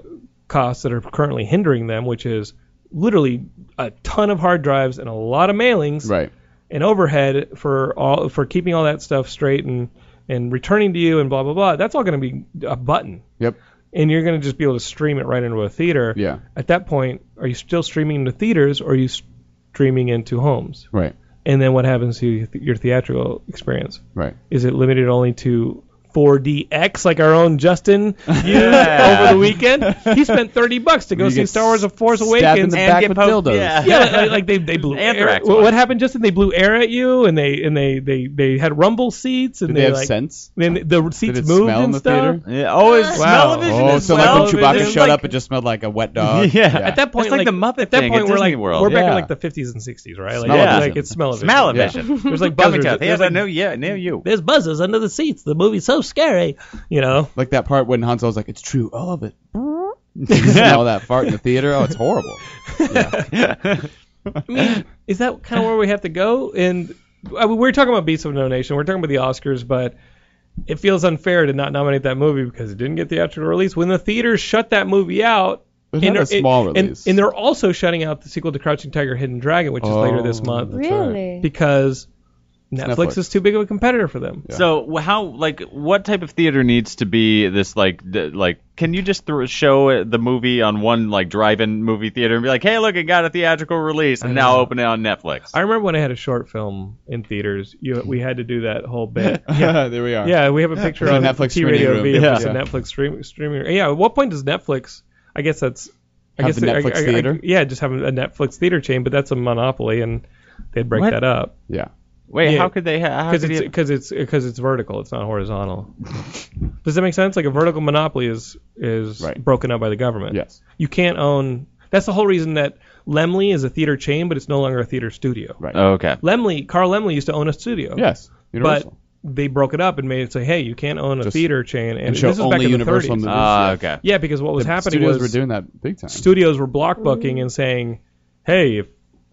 B: costs that are currently hindering them, which is literally a ton of hard drives and a lot of mailings
D: Right.
B: and overhead for all for keeping all that stuff straight and and returning to you and blah blah blah. That's all gonna be a button,
D: Yep.
B: and you're gonna just be able to stream it right into a theater.
D: Yeah.
B: At that point, are you still streaming into theaters or are you streaming into homes?
D: Right.
B: And then what happens to your- your theatrical experience?
D: Right.
B: Is it limited only to 4DX like our own Justin used
C: Yeah.
B: over the weekend? He spent 30 bucks to go
D: You
B: see
D: get
B: Star Wars: The Force
D: stabbed in
B: Awakens
D: the
B: and
D: back
B: get
D: with
B: poked.
D: dildos.
C: Yeah.
B: Yeah, like, like they they blew air.
C: Anthrax
B: What,
C: one.
B: what happened, Justin? They blew air at you, and they and they they they had rumble seats, and
D: Did they have
B: like
D: sense?
B: then the seats
D: it
B: moved
D: smell in
B: and
D: the
B: stuff.
D: theater?
C: Yeah. Always.
B: Wow.
C: Smell-o-vision
D: Oh,
C: is
D: so like when
C: smell-o-vision
D: Chewbacca
C: is
D: showed
C: like-
D: up, it just smelled like a wet dog.
C: Yeah.
B: At that point,
C: It's like the Muppet
B: At that
C: thing at
B: point, we're
C: Disney
B: like
C: World.
B: we're back
D: Oh, Yeah.
B: in like the 50s and 60s, right? Like,
C: Smell-o-vision.
B: like it's smell of
C: Smell-o-vision.
B: There's like
C: Coming
B: buzzers.
C: to theater,
B: There's like
C: no, yeah, no, you.
B: there's buzzers under the seats. The movie's so scary, you know.
D: Like that part when Han Solo's like, "It's true, all of it." You smell that fart in the theater. Oh, it's horrible.
B: I mean, is that kind of where we have to go? And I mean, we're talking about Beasts of No Nation. We're talking about the Oscars, but it feels unfair to not nominate that movie because it didn't get theatrical release. When the theaters shut that movie out,
D: It had a
B: they're-
D: small
B: and-
D: release.
B: and, they're also shutting out the sequel to Crouching Tiger, Hidden Dragon, which is later this
D: Oh.
B: month,
D: That's right.
E: Really?
B: because Netflix,
D: Netflix.
B: is too big of a competitor for them.
C: So wh- how like what type of theater needs to be this like d- like can you just throw show it- the movie on one like drive-in movie theater and be like hey look it got a theatrical release and now open it on Netflix
B: Uh, I remember when I had a short film in theaters. You, we had to do that whole bit.
D: there we are.
B: Yeah, we have a picture
D: It's a
B: on
D: Netflix
B: T
D: screening
B: Radio
D: room.
B: V. Yeah.
D: Yeah.
B: It's a Netflix stream, streaming. Yeah, at what point does Netflix? I guess that's. I
D: Have
B: guess
D: the
B: I-
D: Netflix
B: I- I-
D: theater?
B: yeah, just having a Netflix theater chain, but that's a monopoly, and they'd break
C: What?
B: that up
D: Yeah.
C: wait
B: yeah.
C: how could they ha- how
B: because
C: could
B: it's
C: you-
B: because it's because it's vertical. It's not horizontal. Does that make sense? Like a vertical monopoly is is
D: Right.
B: broken up by the government.
D: Yes.
B: You can't own. That's the whole reason that Lemley is a theater chain, but it's no longer a theater studio.
D: Right.
C: oh, okay
B: Lemley, Carl Lemley used to own a studio.
D: Yes.
B: but
D: Universal.
B: they broke it up and made it say, hey, you can't own a
D: Just-
B: theater chain. And,
D: and show
B: this is back
D: only
B: in the
D: Universal
B: 30s.
D: movies.
C: ah okay
B: Yeah, because what was
D: The
B: happening
D: studios
B: was
D: were doing that big time.
B: studios were block booking and saying, hey, if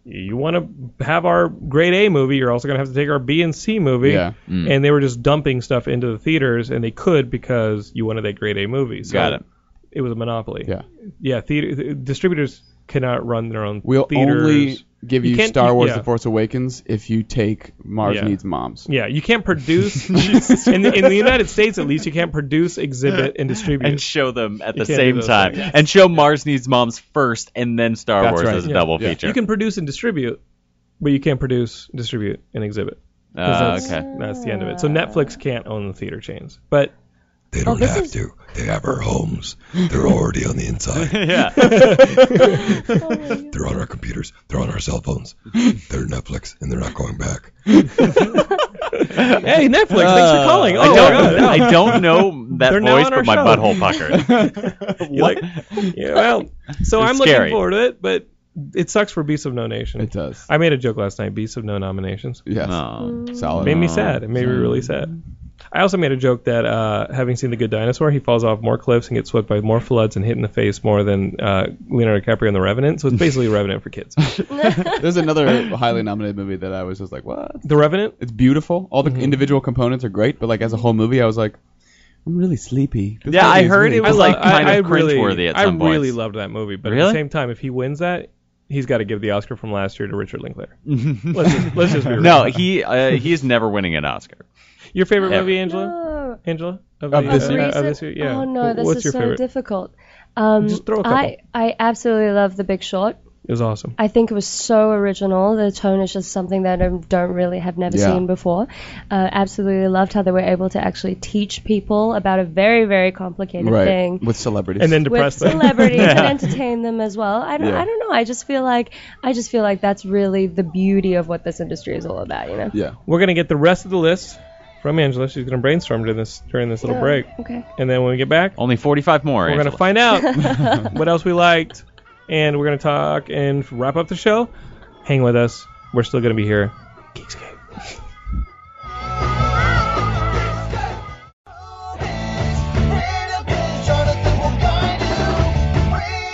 B: you want to have our grade A movie, you're also going to have to take our B and C movie.
D: Yeah. Mm.
B: And they were just dumping stuff into the theaters, and they could because you wanted that grade A movie. So
C: Got it.
B: It was a monopoly.
D: Yeah.
B: Yeah, theater th- distributors cannot run their own
D: We'll
B: theaters.
D: only give
B: You
D: you,
B: can't-
D: Star Wars:
B: yeah.
D: The Force Awakens if you take Mars
B: Yeah.
D: Needs Moms.
B: Yeah, you can't produce in the, in the United States at least. You can't produce, exhibit, and distribute.
C: and show them at the
B: can't do
C: same
B: those
C: time
B: things.
C: and show Mars Needs Moms first and then Star
D: That's
C: Wars
D: right.
C: as a
D: Yeah.
C: double
D: Yeah.
C: feature
B: You can produce and distribute, but you can't produce, distribute, and exhibit. 'Cause
C: Ah,
B: that's,
C: okay
B: That's the end of it. So Netflix can't own the theater chains, but
F: They don't have to. They have our homes. They're already on the inside.
C: yeah
F: They're on our computers. They're on our cell phones. They're Netflix, and they're not going back.
B: Hey, Netflix, thanks for calling. Oh,
C: I
B: my
C: don't,
B: God. no.
C: I don't know that
B: They're now
C: voice,
B: on our
C: but my
B: show.
C: butthole puckered.
B: You like- yeah, well, so
C: It's
B: I'm
C: scary.
B: looking forward to it, but it sucks for Beasts of No Nation.
D: It does.
B: I made a joke last night. Beasts of No nominations.
D: Yes.
C: Oh.
D: Solid.
B: Made me sad. It made me really sad. I also made a joke that uh, having seen The Good Dinosaur, he falls off more cliffs and gets swept by more floods and hit in the face more than uh, Leonardo DiCaprio in The Revenant. So it's basically Revenant for kids.
D: There's another highly nominated movie that I was just like, what?
B: The Revenant?
D: It's beautiful. All
B: Mm-hmm.
D: the individual components are great, but like as a whole movie, I was like, I'm really sleepy. This
C: Yeah,
D: movie
C: I
D: is
C: heard
D: really-
C: it was
B: lo-
C: like kind of
B: really-
C: cringeworthy at
B: I
C: some points.
B: really loved that movie, but at
C: Really?
B: the same time, if he wins that, he's got to give the Oscar from last year to Richard Linklater. let's, just, let's just be real.
C: No, he uh, he's never winning an Oscar.
B: Your favorite
C: Yeah.
B: movie, Angela?
E: No.
B: Angela of,
D: Of
B: the,
D: this
B: uh,
D: year?
B: of this year? Yeah.
E: Oh no,
B: Wh-
E: this
B: What's
E: is
B: your
E: so
B: favorite?
E: difficult. Um,
B: Just throw a couple.
E: I I absolutely love The Big Short.
B: It was awesome.
E: I think it was so original. The tone is just something that I don't really have never
D: Yeah.
E: seen before. Uh, absolutely loved how they were able to actually teach people about a very very complicated
D: right
E: thing.
D: with celebrities.
B: And then
E: with
B: depressed.
E: celebrities and entertain them as well. I don't,
D: Yeah.
E: I don't know. I just feel like, I just feel like that's really the beauty of what this industry is all about, you know.
D: yeah,
B: We're gonna get the rest of the list from Angela. She's gonna brainstorm during this during this little break,
E: Okay.
B: and then when we get back,
C: Only 45 more.
B: we're gonna
C: Angela.
B: find out what else we liked, and we're gonna talk and wrap up the show. Hang with us. We're still gonna be here. Geekscape.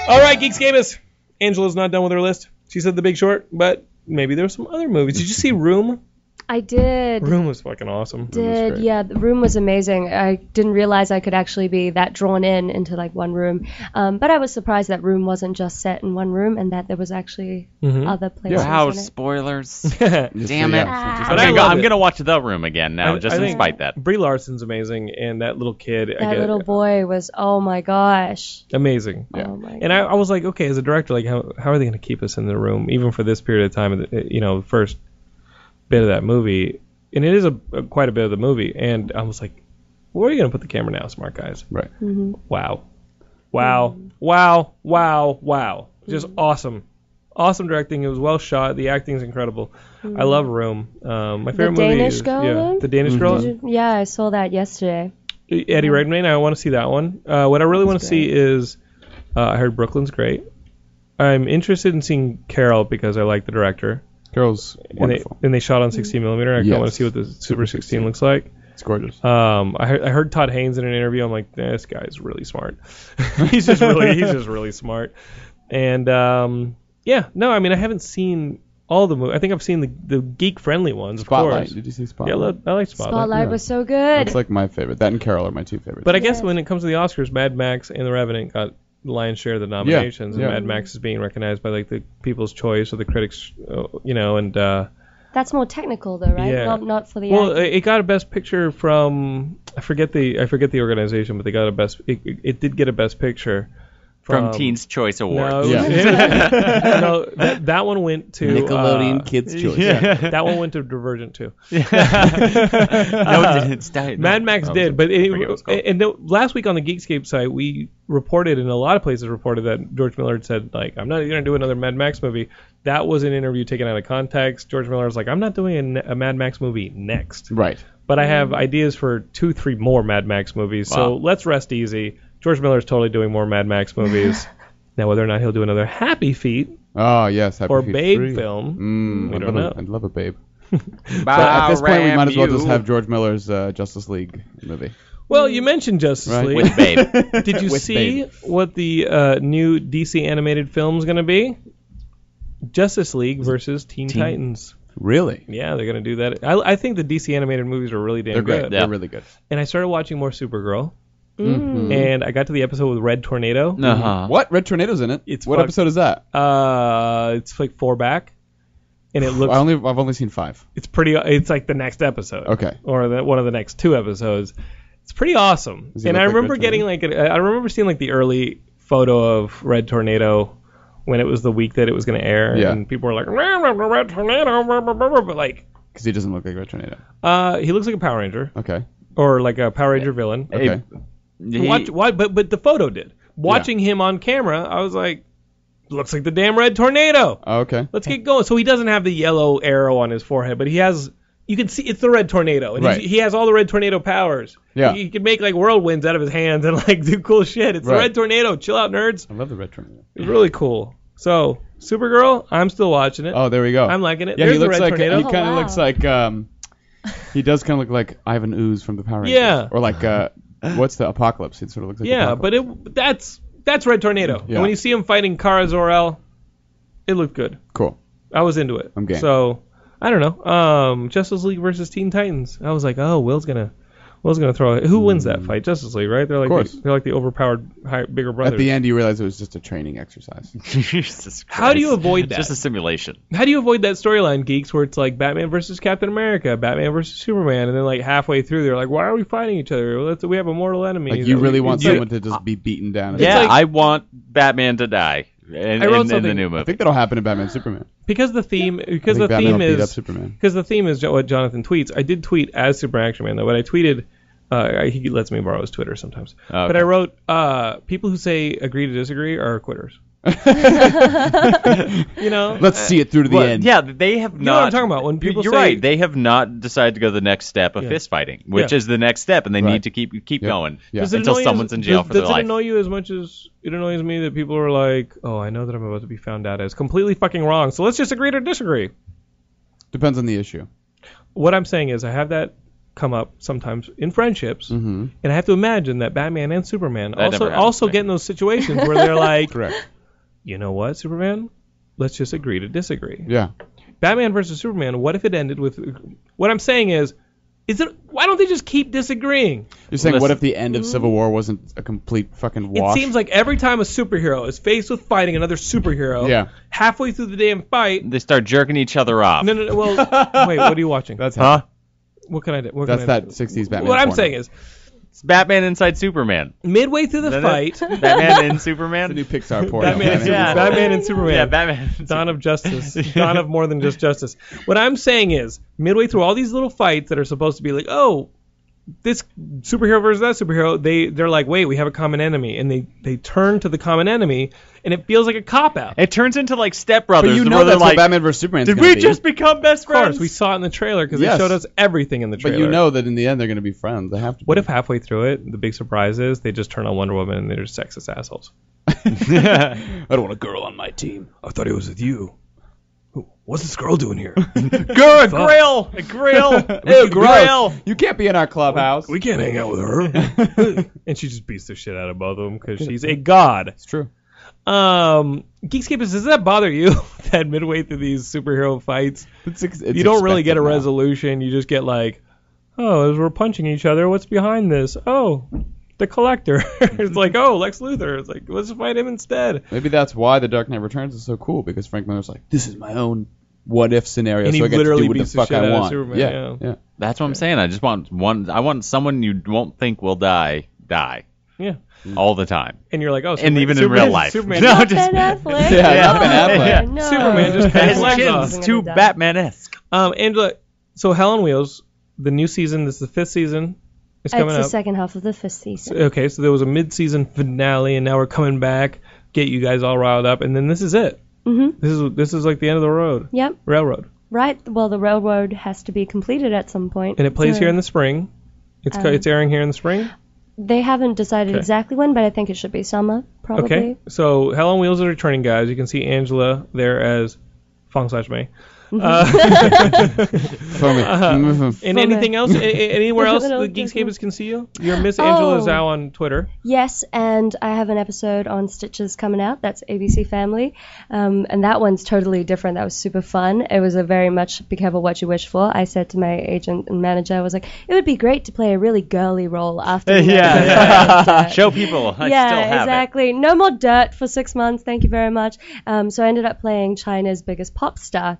B: All right, Geekscapists. Angela's not done with her list. She said The Big Short, but maybe there were some other movies. Did you see Room?
E: I did.
B: Room was fucking awesome.
E: did yeah the room was amazing i didn't realize i could actually be that drawn in into like one room um, but i was surprised that room wasn't just set in one room and that there was actually
B: Mm-hmm.
E: other places
C: Wow,
E: in it.
C: spoilers.
D: Just-
C: Damn it.
D: yeah,
C: I'm,
B: I
C: gonna, go-
B: love
C: I'm
B: it.
C: gonna watch The Room again now,
B: I-
C: just
B: I
C: in
B: think
C: spite that.
B: Brie Larson's amazing, and that little kid, I
E: that
B: get
E: little
B: it,
E: boy was oh my gosh
B: amazing.
E: oh my
B: And I, I was like, okay, as a director, like, how, how are they going to keep us in the room, even for this period of time, uh, you know, the first bit of that movie? And it is a, a quite a bit of the movie. And I was like, where are you going to put the camera now, smart guys?
D: Right.
E: Mm-hmm.
B: Wow. Wow. Wow. Wow. Wow.
E: Mm-hmm.
B: Just awesome. Awesome directing. It was well shot. The acting's incredible. I love Room. Um, my favorite movie
E: Mm-hmm. Danish
B: is
E: Girl
B: yeah,
E: one?
B: the Danish Girl.
E: yeah i saw that yesterday
B: Eddie Redmayne. I want to see that one. Uh, what I really want to see is uh, I heard Brooklyn's great. I'm interested in seeing Carol because I like the director.
D: Girls,
B: And they,
D: wonderful.
B: and they shot on 16 millimeter. I kind
D: Yes.
B: of want to see what the Super 16 looks like.
D: it's gorgeous.
B: Um, I, heard, I heard Todd Haynes in an interview. I'm like, "Eh, this guy's really smart. he's just really he's just really smart. And um, yeah, no, I mean I haven't seen all the movies. I think I've seen the, the geek friendly ones, of
D: Spotlight.
B: course.
D: Did you see Spotlight?
B: Yeah, I, love, I like Spotlight.
E: spotlight
D: yeah.
E: was so good
D: That's like my favorite. That and Carol are my two favorites.
B: But I guess
E: Yes.
B: when it comes to the Oscars, Mad Max and The Revenant got the lion's share of the nominations,
D: yeah.
B: and Mad Max is being recognized by like the People's Choice or the critics, uh, you know, and uh,
E: that's more technical though right
B: Yeah.
E: not, not for the
B: well,
E: acting.
B: it it got a Best Picture from I forget the I forget the organization, but they got a best. It, it did get a Best Picture
C: From Teen's Choice
B: No,
C: Awards.
B: it was- no, that, that one went to uh,
D: Kids Choice.
B: that one went to Divergent too.
C: no, it didn't stay.
B: Mad Max
C: that was
B: did,
C: it.
B: but it,
C: forget what it's called.
B: and and the- last week on the Geekscape site, we reported, and a lot of places reported that George Miller had said, like, I'm not going to do another Mad Max movie. That was an interview taken out of context. George Miller was like, I'm not doing a, a Mad Max movie next,
D: Right.
B: but I have ideas for two, three more Mad Max movies. So
C: Wow.
B: let's rest easy. George Miller's totally doing more Mad Max movies. now, whether or not he'll do another Happy Feet
D: Oh yes. Happy
B: or
D: Feet
B: Babe
D: three.
B: film,
D: Mm,
B: We
D: I'd
B: don't
D: love
B: know.
D: A, I'd love a babe. But at this point, we might as well just have George Miller's uh, Justice League movie.
B: well, you mentioned Justice
D: Right.
B: League.
C: with Babe.
B: Did you
D: With
B: see what the uh, new DC animated film is going to be? Justice League versus Teen, Titans.
D: Really?
B: Yeah, they're going to do that. I, I think the DC animated movies are really damn
D: They're
B: good.
D: great.
C: Yeah.
D: They're really good.
B: And I started watching more Supergirl.
D: Mm-hmm.
B: And I got to the episode with Red Tornado.
C: Uh-huh.
D: What? Red Tornado's in it.
B: It's
D: what
B: fucked.
D: episode is that?
B: Uh, it's like four back, and it looks
D: I only I've only seen five.
B: it's pretty. It's like the next episode.
D: Okay.
B: Or the, one of the next two episodes. It's pretty awesome.
D: Does he
B: And
D: look
B: I
D: like
B: remember
D: Red
B: getting like a, I remember seeing like the early photo of Red Tornado when it was the week that it was going to air,
D: Yeah.
B: and people were like "Rah, rah, rah, Red Tornado, rah, rah, rah, rah," but like.
D: Because he doesn't look like Red Tornado.
B: Uh, he looks like a Power Ranger
D: Okay.
B: or like a Power Ranger villain.
D: Okay.
C: Hey, he-
B: Watch, why, but but the photo did. Watching him on camera, I was like, looks like the damn Red Tornado.
D: Oh, okay.
B: Let's get going. So he doesn't have the yellow arrow on his forehead, but he has you can see it's the red tornado, and
D: Right.
B: he's- he has all the red tornado powers.
D: Yeah.
B: he, he can make like whirlwinds out of his hands and like do cool shit. It's the
D: Right.
B: red tornado. Chill out, nerds.
D: I love the red tornado.
B: It's really cool. So Supergirl, I'm still watching it.
D: Oh, there we go.
B: I'm liking it.
D: Yeah,
B: There's
D: he
B: the
D: looks
B: red
D: like
B: tornado.
D: he kind of
E: Oh, wow.
D: looks like um, he does kind of look like Ivan Ooze from the Power Rangers.
B: Yeah.
D: Or like uh, what's the Apocalypse? It sort of looks like.
B: yeah,
D: Apocalypse.
B: but it that's that's red tornado. And
D: Yeah.
B: when you see him fighting Kara Zor-El, it looked good.
D: cool.
B: I was into it.
D: I'm game.
B: So I don't know. Um, Justice League versus Teen Titans. I was like, oh, Will's gonna, Will's gonna throw it. Who wins that fight? Justice League, right? They're like,
D: Hmm. course.
B: The, they're like the overpowered higher, bigger brothers.
D: At the end, you realize it was just a training exercise.
C: Jesus
B: How do you
C: Christ.
B: avoid
C: It's Just
B: that?
C: a simulation.
B: How do you avoid that storyline, geeks, where it's like Batman versus Captain America, Batman versus Superman, and then like halfway through they're like, why are we fighting each other? Let's, we have a mortal enemy.
D: Like you
B: that
D: really
B: we-
D: want
B: you-
D: someone to just be beaten down.
C: Yeah,
B: like-
C: I want Batman to die in,
B: I wrote
C: in, in the
B: something-
C: new
D: I
C: movie.
D: think that'll happen in Batman Superman.
B: because the theme
D: I
B: because
D: think
B: the
D: Batman
B: theme
D: will beat up
B: is
D: Superman.
B: because the theme is jo- what Jonathan tweets. I did tweet as Super Action Man though, but I tweeted. Uh, I- he lets me borrow his Twitter sometimes.
C: Okay.
D: Oh,
B: But I wrote, uh, people who say agree to disagree are quitters. you know,
D: Let's see it through to the
C: Well,
D: end.
C: yeah, they have not.
B: know what I'm talking about, when people
C: you're
B: say-
C: right. They have not decided to go the next step of fist fighting, which
B: Yeah.
C: is the next step, and they
D: Right.
C: need to keep keep
D: Yep.
C: going
D: Yeah. Does
B: it
C: until
B: annoy you as-
C: someone's in jail
B: does,
C: for
B: does
C: their
B: it
C: life.
B: annoy you as much as it annoys me that people are like, oh, I know that I'm about to be found out as completely fucking wrong, so let's just agree to disagree.
D: Depends on the issue.
B: What I'm saying is, I have that come up sometimes in friendships,
D: Mm-hmm.
B: and I have to imagine that Batman and Superman
C: That
B: also
C: never happens
B: also
C: to me.
B: get in those situations where they're like,
D: Correct.
B: you know what, Superman? Let's just agree to disagree.
D: Yeah.
B: Batman versus Superman. What if it ended with? What I'm saying is, is it? Why don't they just keep disagreeing?
D: You're saying, what
C: Listen-
D: if the end of Civil War wasn't a complete fucking wash?
B: It seems like every time a superhero is faced with fighting another superhero,
D: Yeah.
B: halfway through the damn fight,
C: They start jerking each other off.
B: no, no, no. Well, wait, what are you watching?
D: that's
C: Huh?
B: what can I do? What
D: that's
B: can I
D: that
B: do?
D: 60s Batman.
B: What I'm
D: porno.
B: saying is,
C: It's Batman inside Superman.
B: midway through the
C: Isn't it?
B: fight,
C: Batman and
D: the
C: Superman.
D: new Pixar porn.
B: Batman,
C: Yeah.
B: Batman and Superman.
C: yeah, Batman.
B: Dawn of Justice. Dawn of more than just justice. What I'm saying is, midway through all these little fights that are supposed to be like, oh, this superhero versus that superhero, they they're like, wait, we have a common enemy, and they they turn to the common enemy, and it feels like a cop out.
C: It turns into like Step
D: But
C: Brothers.
D: you
C: where
D: know
C: they're
D: that's
C: like,
D: what Batman vs Superman.
C: Did we just become best
B: Of course,
C: friends?
B: we saw it in the trailer because
D: Yes.
B: they showed us everything in the
D: But
B: trailer.
D: you know that in the end they're going to be friends. They have to.
B: What
D: be.
B: if halfway through it, the big surprise is they just turn on Wonder Woman and they're just sexist assholes?
D: I don't want a girl on my team?
F: I thought it was with you. Who- What's this girl doing here?
C: Good grill, a grill, a grill.
D: You can't be in our clubhouse.
F: We can't hang out with her.
B: And she just beats the shit out of both of them because she's a god.
D: it's true.
B: Um, Geekscape is, does that bother you that midway through these superhero fights,
D: It's ex- it's
B: you don't really
D: expected
B: get a
D: now.
B: resolution? You just get like, oh, as we're punching each other, what's behind this? Oh, the collector. it's like, oh, Lex Luthor. It's like, let's fight him instead.
D: Maybe that's why The Dark Knight Returns is so cool because Frank Miller's like, this is my own what if scenario,
B: And he
D: so I get to
B: literally
D: do what the
B: beats the
D: fuck
B: shit
D: I
B: out of
D: want.
B: Superman,
D: yeah,
B: yeah.
D: yeah.
C: That's what I'm saying. I just want one. I want someone you won't think will die die
B: Yeah.
C: all the time,
B: And you're like, oh,
C: and
B: Superman-
C: even in
B: Superman-
C: real life.
B: Superman,
C: no,
E: Not
C: just
E: Ben Affleck.
D: Yeah,
C: not Ben Affleck.
E: No, no.
B: Superman just cut his
C: his
B: legs off.
C: chin's too Batman-esque.
B: Um, Angela, so Helen Wheels, the new season, this is the fifth season, is coming
E: Uh, It's
B: up.
E: the second half of the first season.
B: okay, so there was a mid-season finale, and now we're coming back, get you guys all riled up, and then this is it. Mm-hmm. This is this is like the end of the road,
E: Yep.
B: railroad,
E: Right. Well, the railroad has to be completed at some point.
B: and it plays
E: So
B: here in the spring. It's
E: Um,
B: co- it's airing here in the spring.
E: They haven't decided
B: Okay.
E: exactly when, but I think it should be summer, probably.
B: Okay, so Helen Wheels is returning, guys. You can see Angela there as Fong slash May. Uh, Uh-huh. And
E: Mm-hmm. Fong Mei.
B: anything else? a- a- anywhere else the
E: Little
B: Geekscapists
E: different.
B: can see you? You're Miss Angela
E: Oh.
B: Zhao on Twitter.
E: Yes, and I have an episode on Stitches coming out. That's ABC Family, um, and that one's totally different. That was super fun. It was a very much be careful what you wish for. I said to my agent and manager, I was like, it would be great to play a really girly role after. the
C: Yeah,
E: Netflix
C: yeah.
E: concert."
C: Show people. I
E: yeah,
C: still have
E: exactly. No more dirt for six months. Thank you very much. Um, so I ended up playing China's biggest pop star.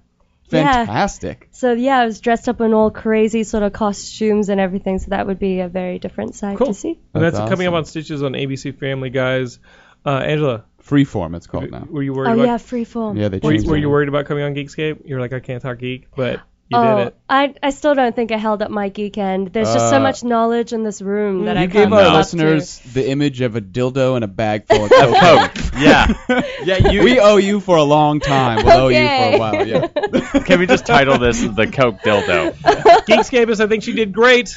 E: Yeah.
D: Fantastic.
E: So yeah, I was dressed up in all crazy sort of costumes and everything. So that would be a very different side
B: Cool.
E: to see.
B: And that's,
D: That's
B: coming up
D: awesome.
B: on Stitches on ABC Family, guys. Uh, Angela,
D: Freeform, it's called now.
B: were you worried
E: Oh
B: about
E: yeah, freeform.
D: Yeah, they
B: Were
D: changed
B: you, were
D: it.
B: you worried about coming on Geekscape? You're like, I can't talk geek, but You
E: oh,
B: did it.
E: I, I still don't think I held up my geek end. There's just so
D: Uh,
E: much knowledge in this room that I
D: You
E: can't
D: gave
E: live
D: our
E: up
D: listeners the image of a dildo and a bag full of
C: Of
D: coke.
C: Coke. Yeah. Yeah, you
D: we owe you for a long time. We'll owe you for
E: Okay.
D: a while. Yeah.
C: can we just title this the Coke dildo?
B: Geekscapist, I think she did great.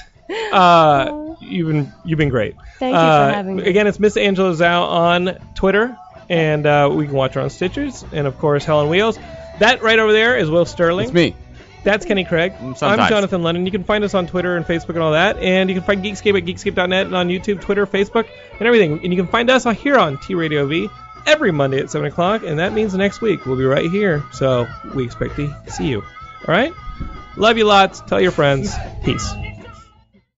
B: Uh, you've been you've been great.
E: Thank you for
B: Uh,
E: having me.
B: Again, it's Miss Angela Zhao on Twitter, and uh, we can watch her on Stitchers, and of course Helen Wheels. That right over there is Will Sterling.
D: It's me.
B: That's Kenny Craig.
C: sometimes.
B: I'm Jonathan Lennon. You can find us on Twitter and Facebook and all that. And you can find Geekscape at geekscape.net and on YouTube, Twitter, Facebook, and everything. And you can find us here on T Radio V every Monday at 7 o'clock. And that means next week we'll be right here. So we expect to see you. All right? Love you lots. Tell your friends. Peace.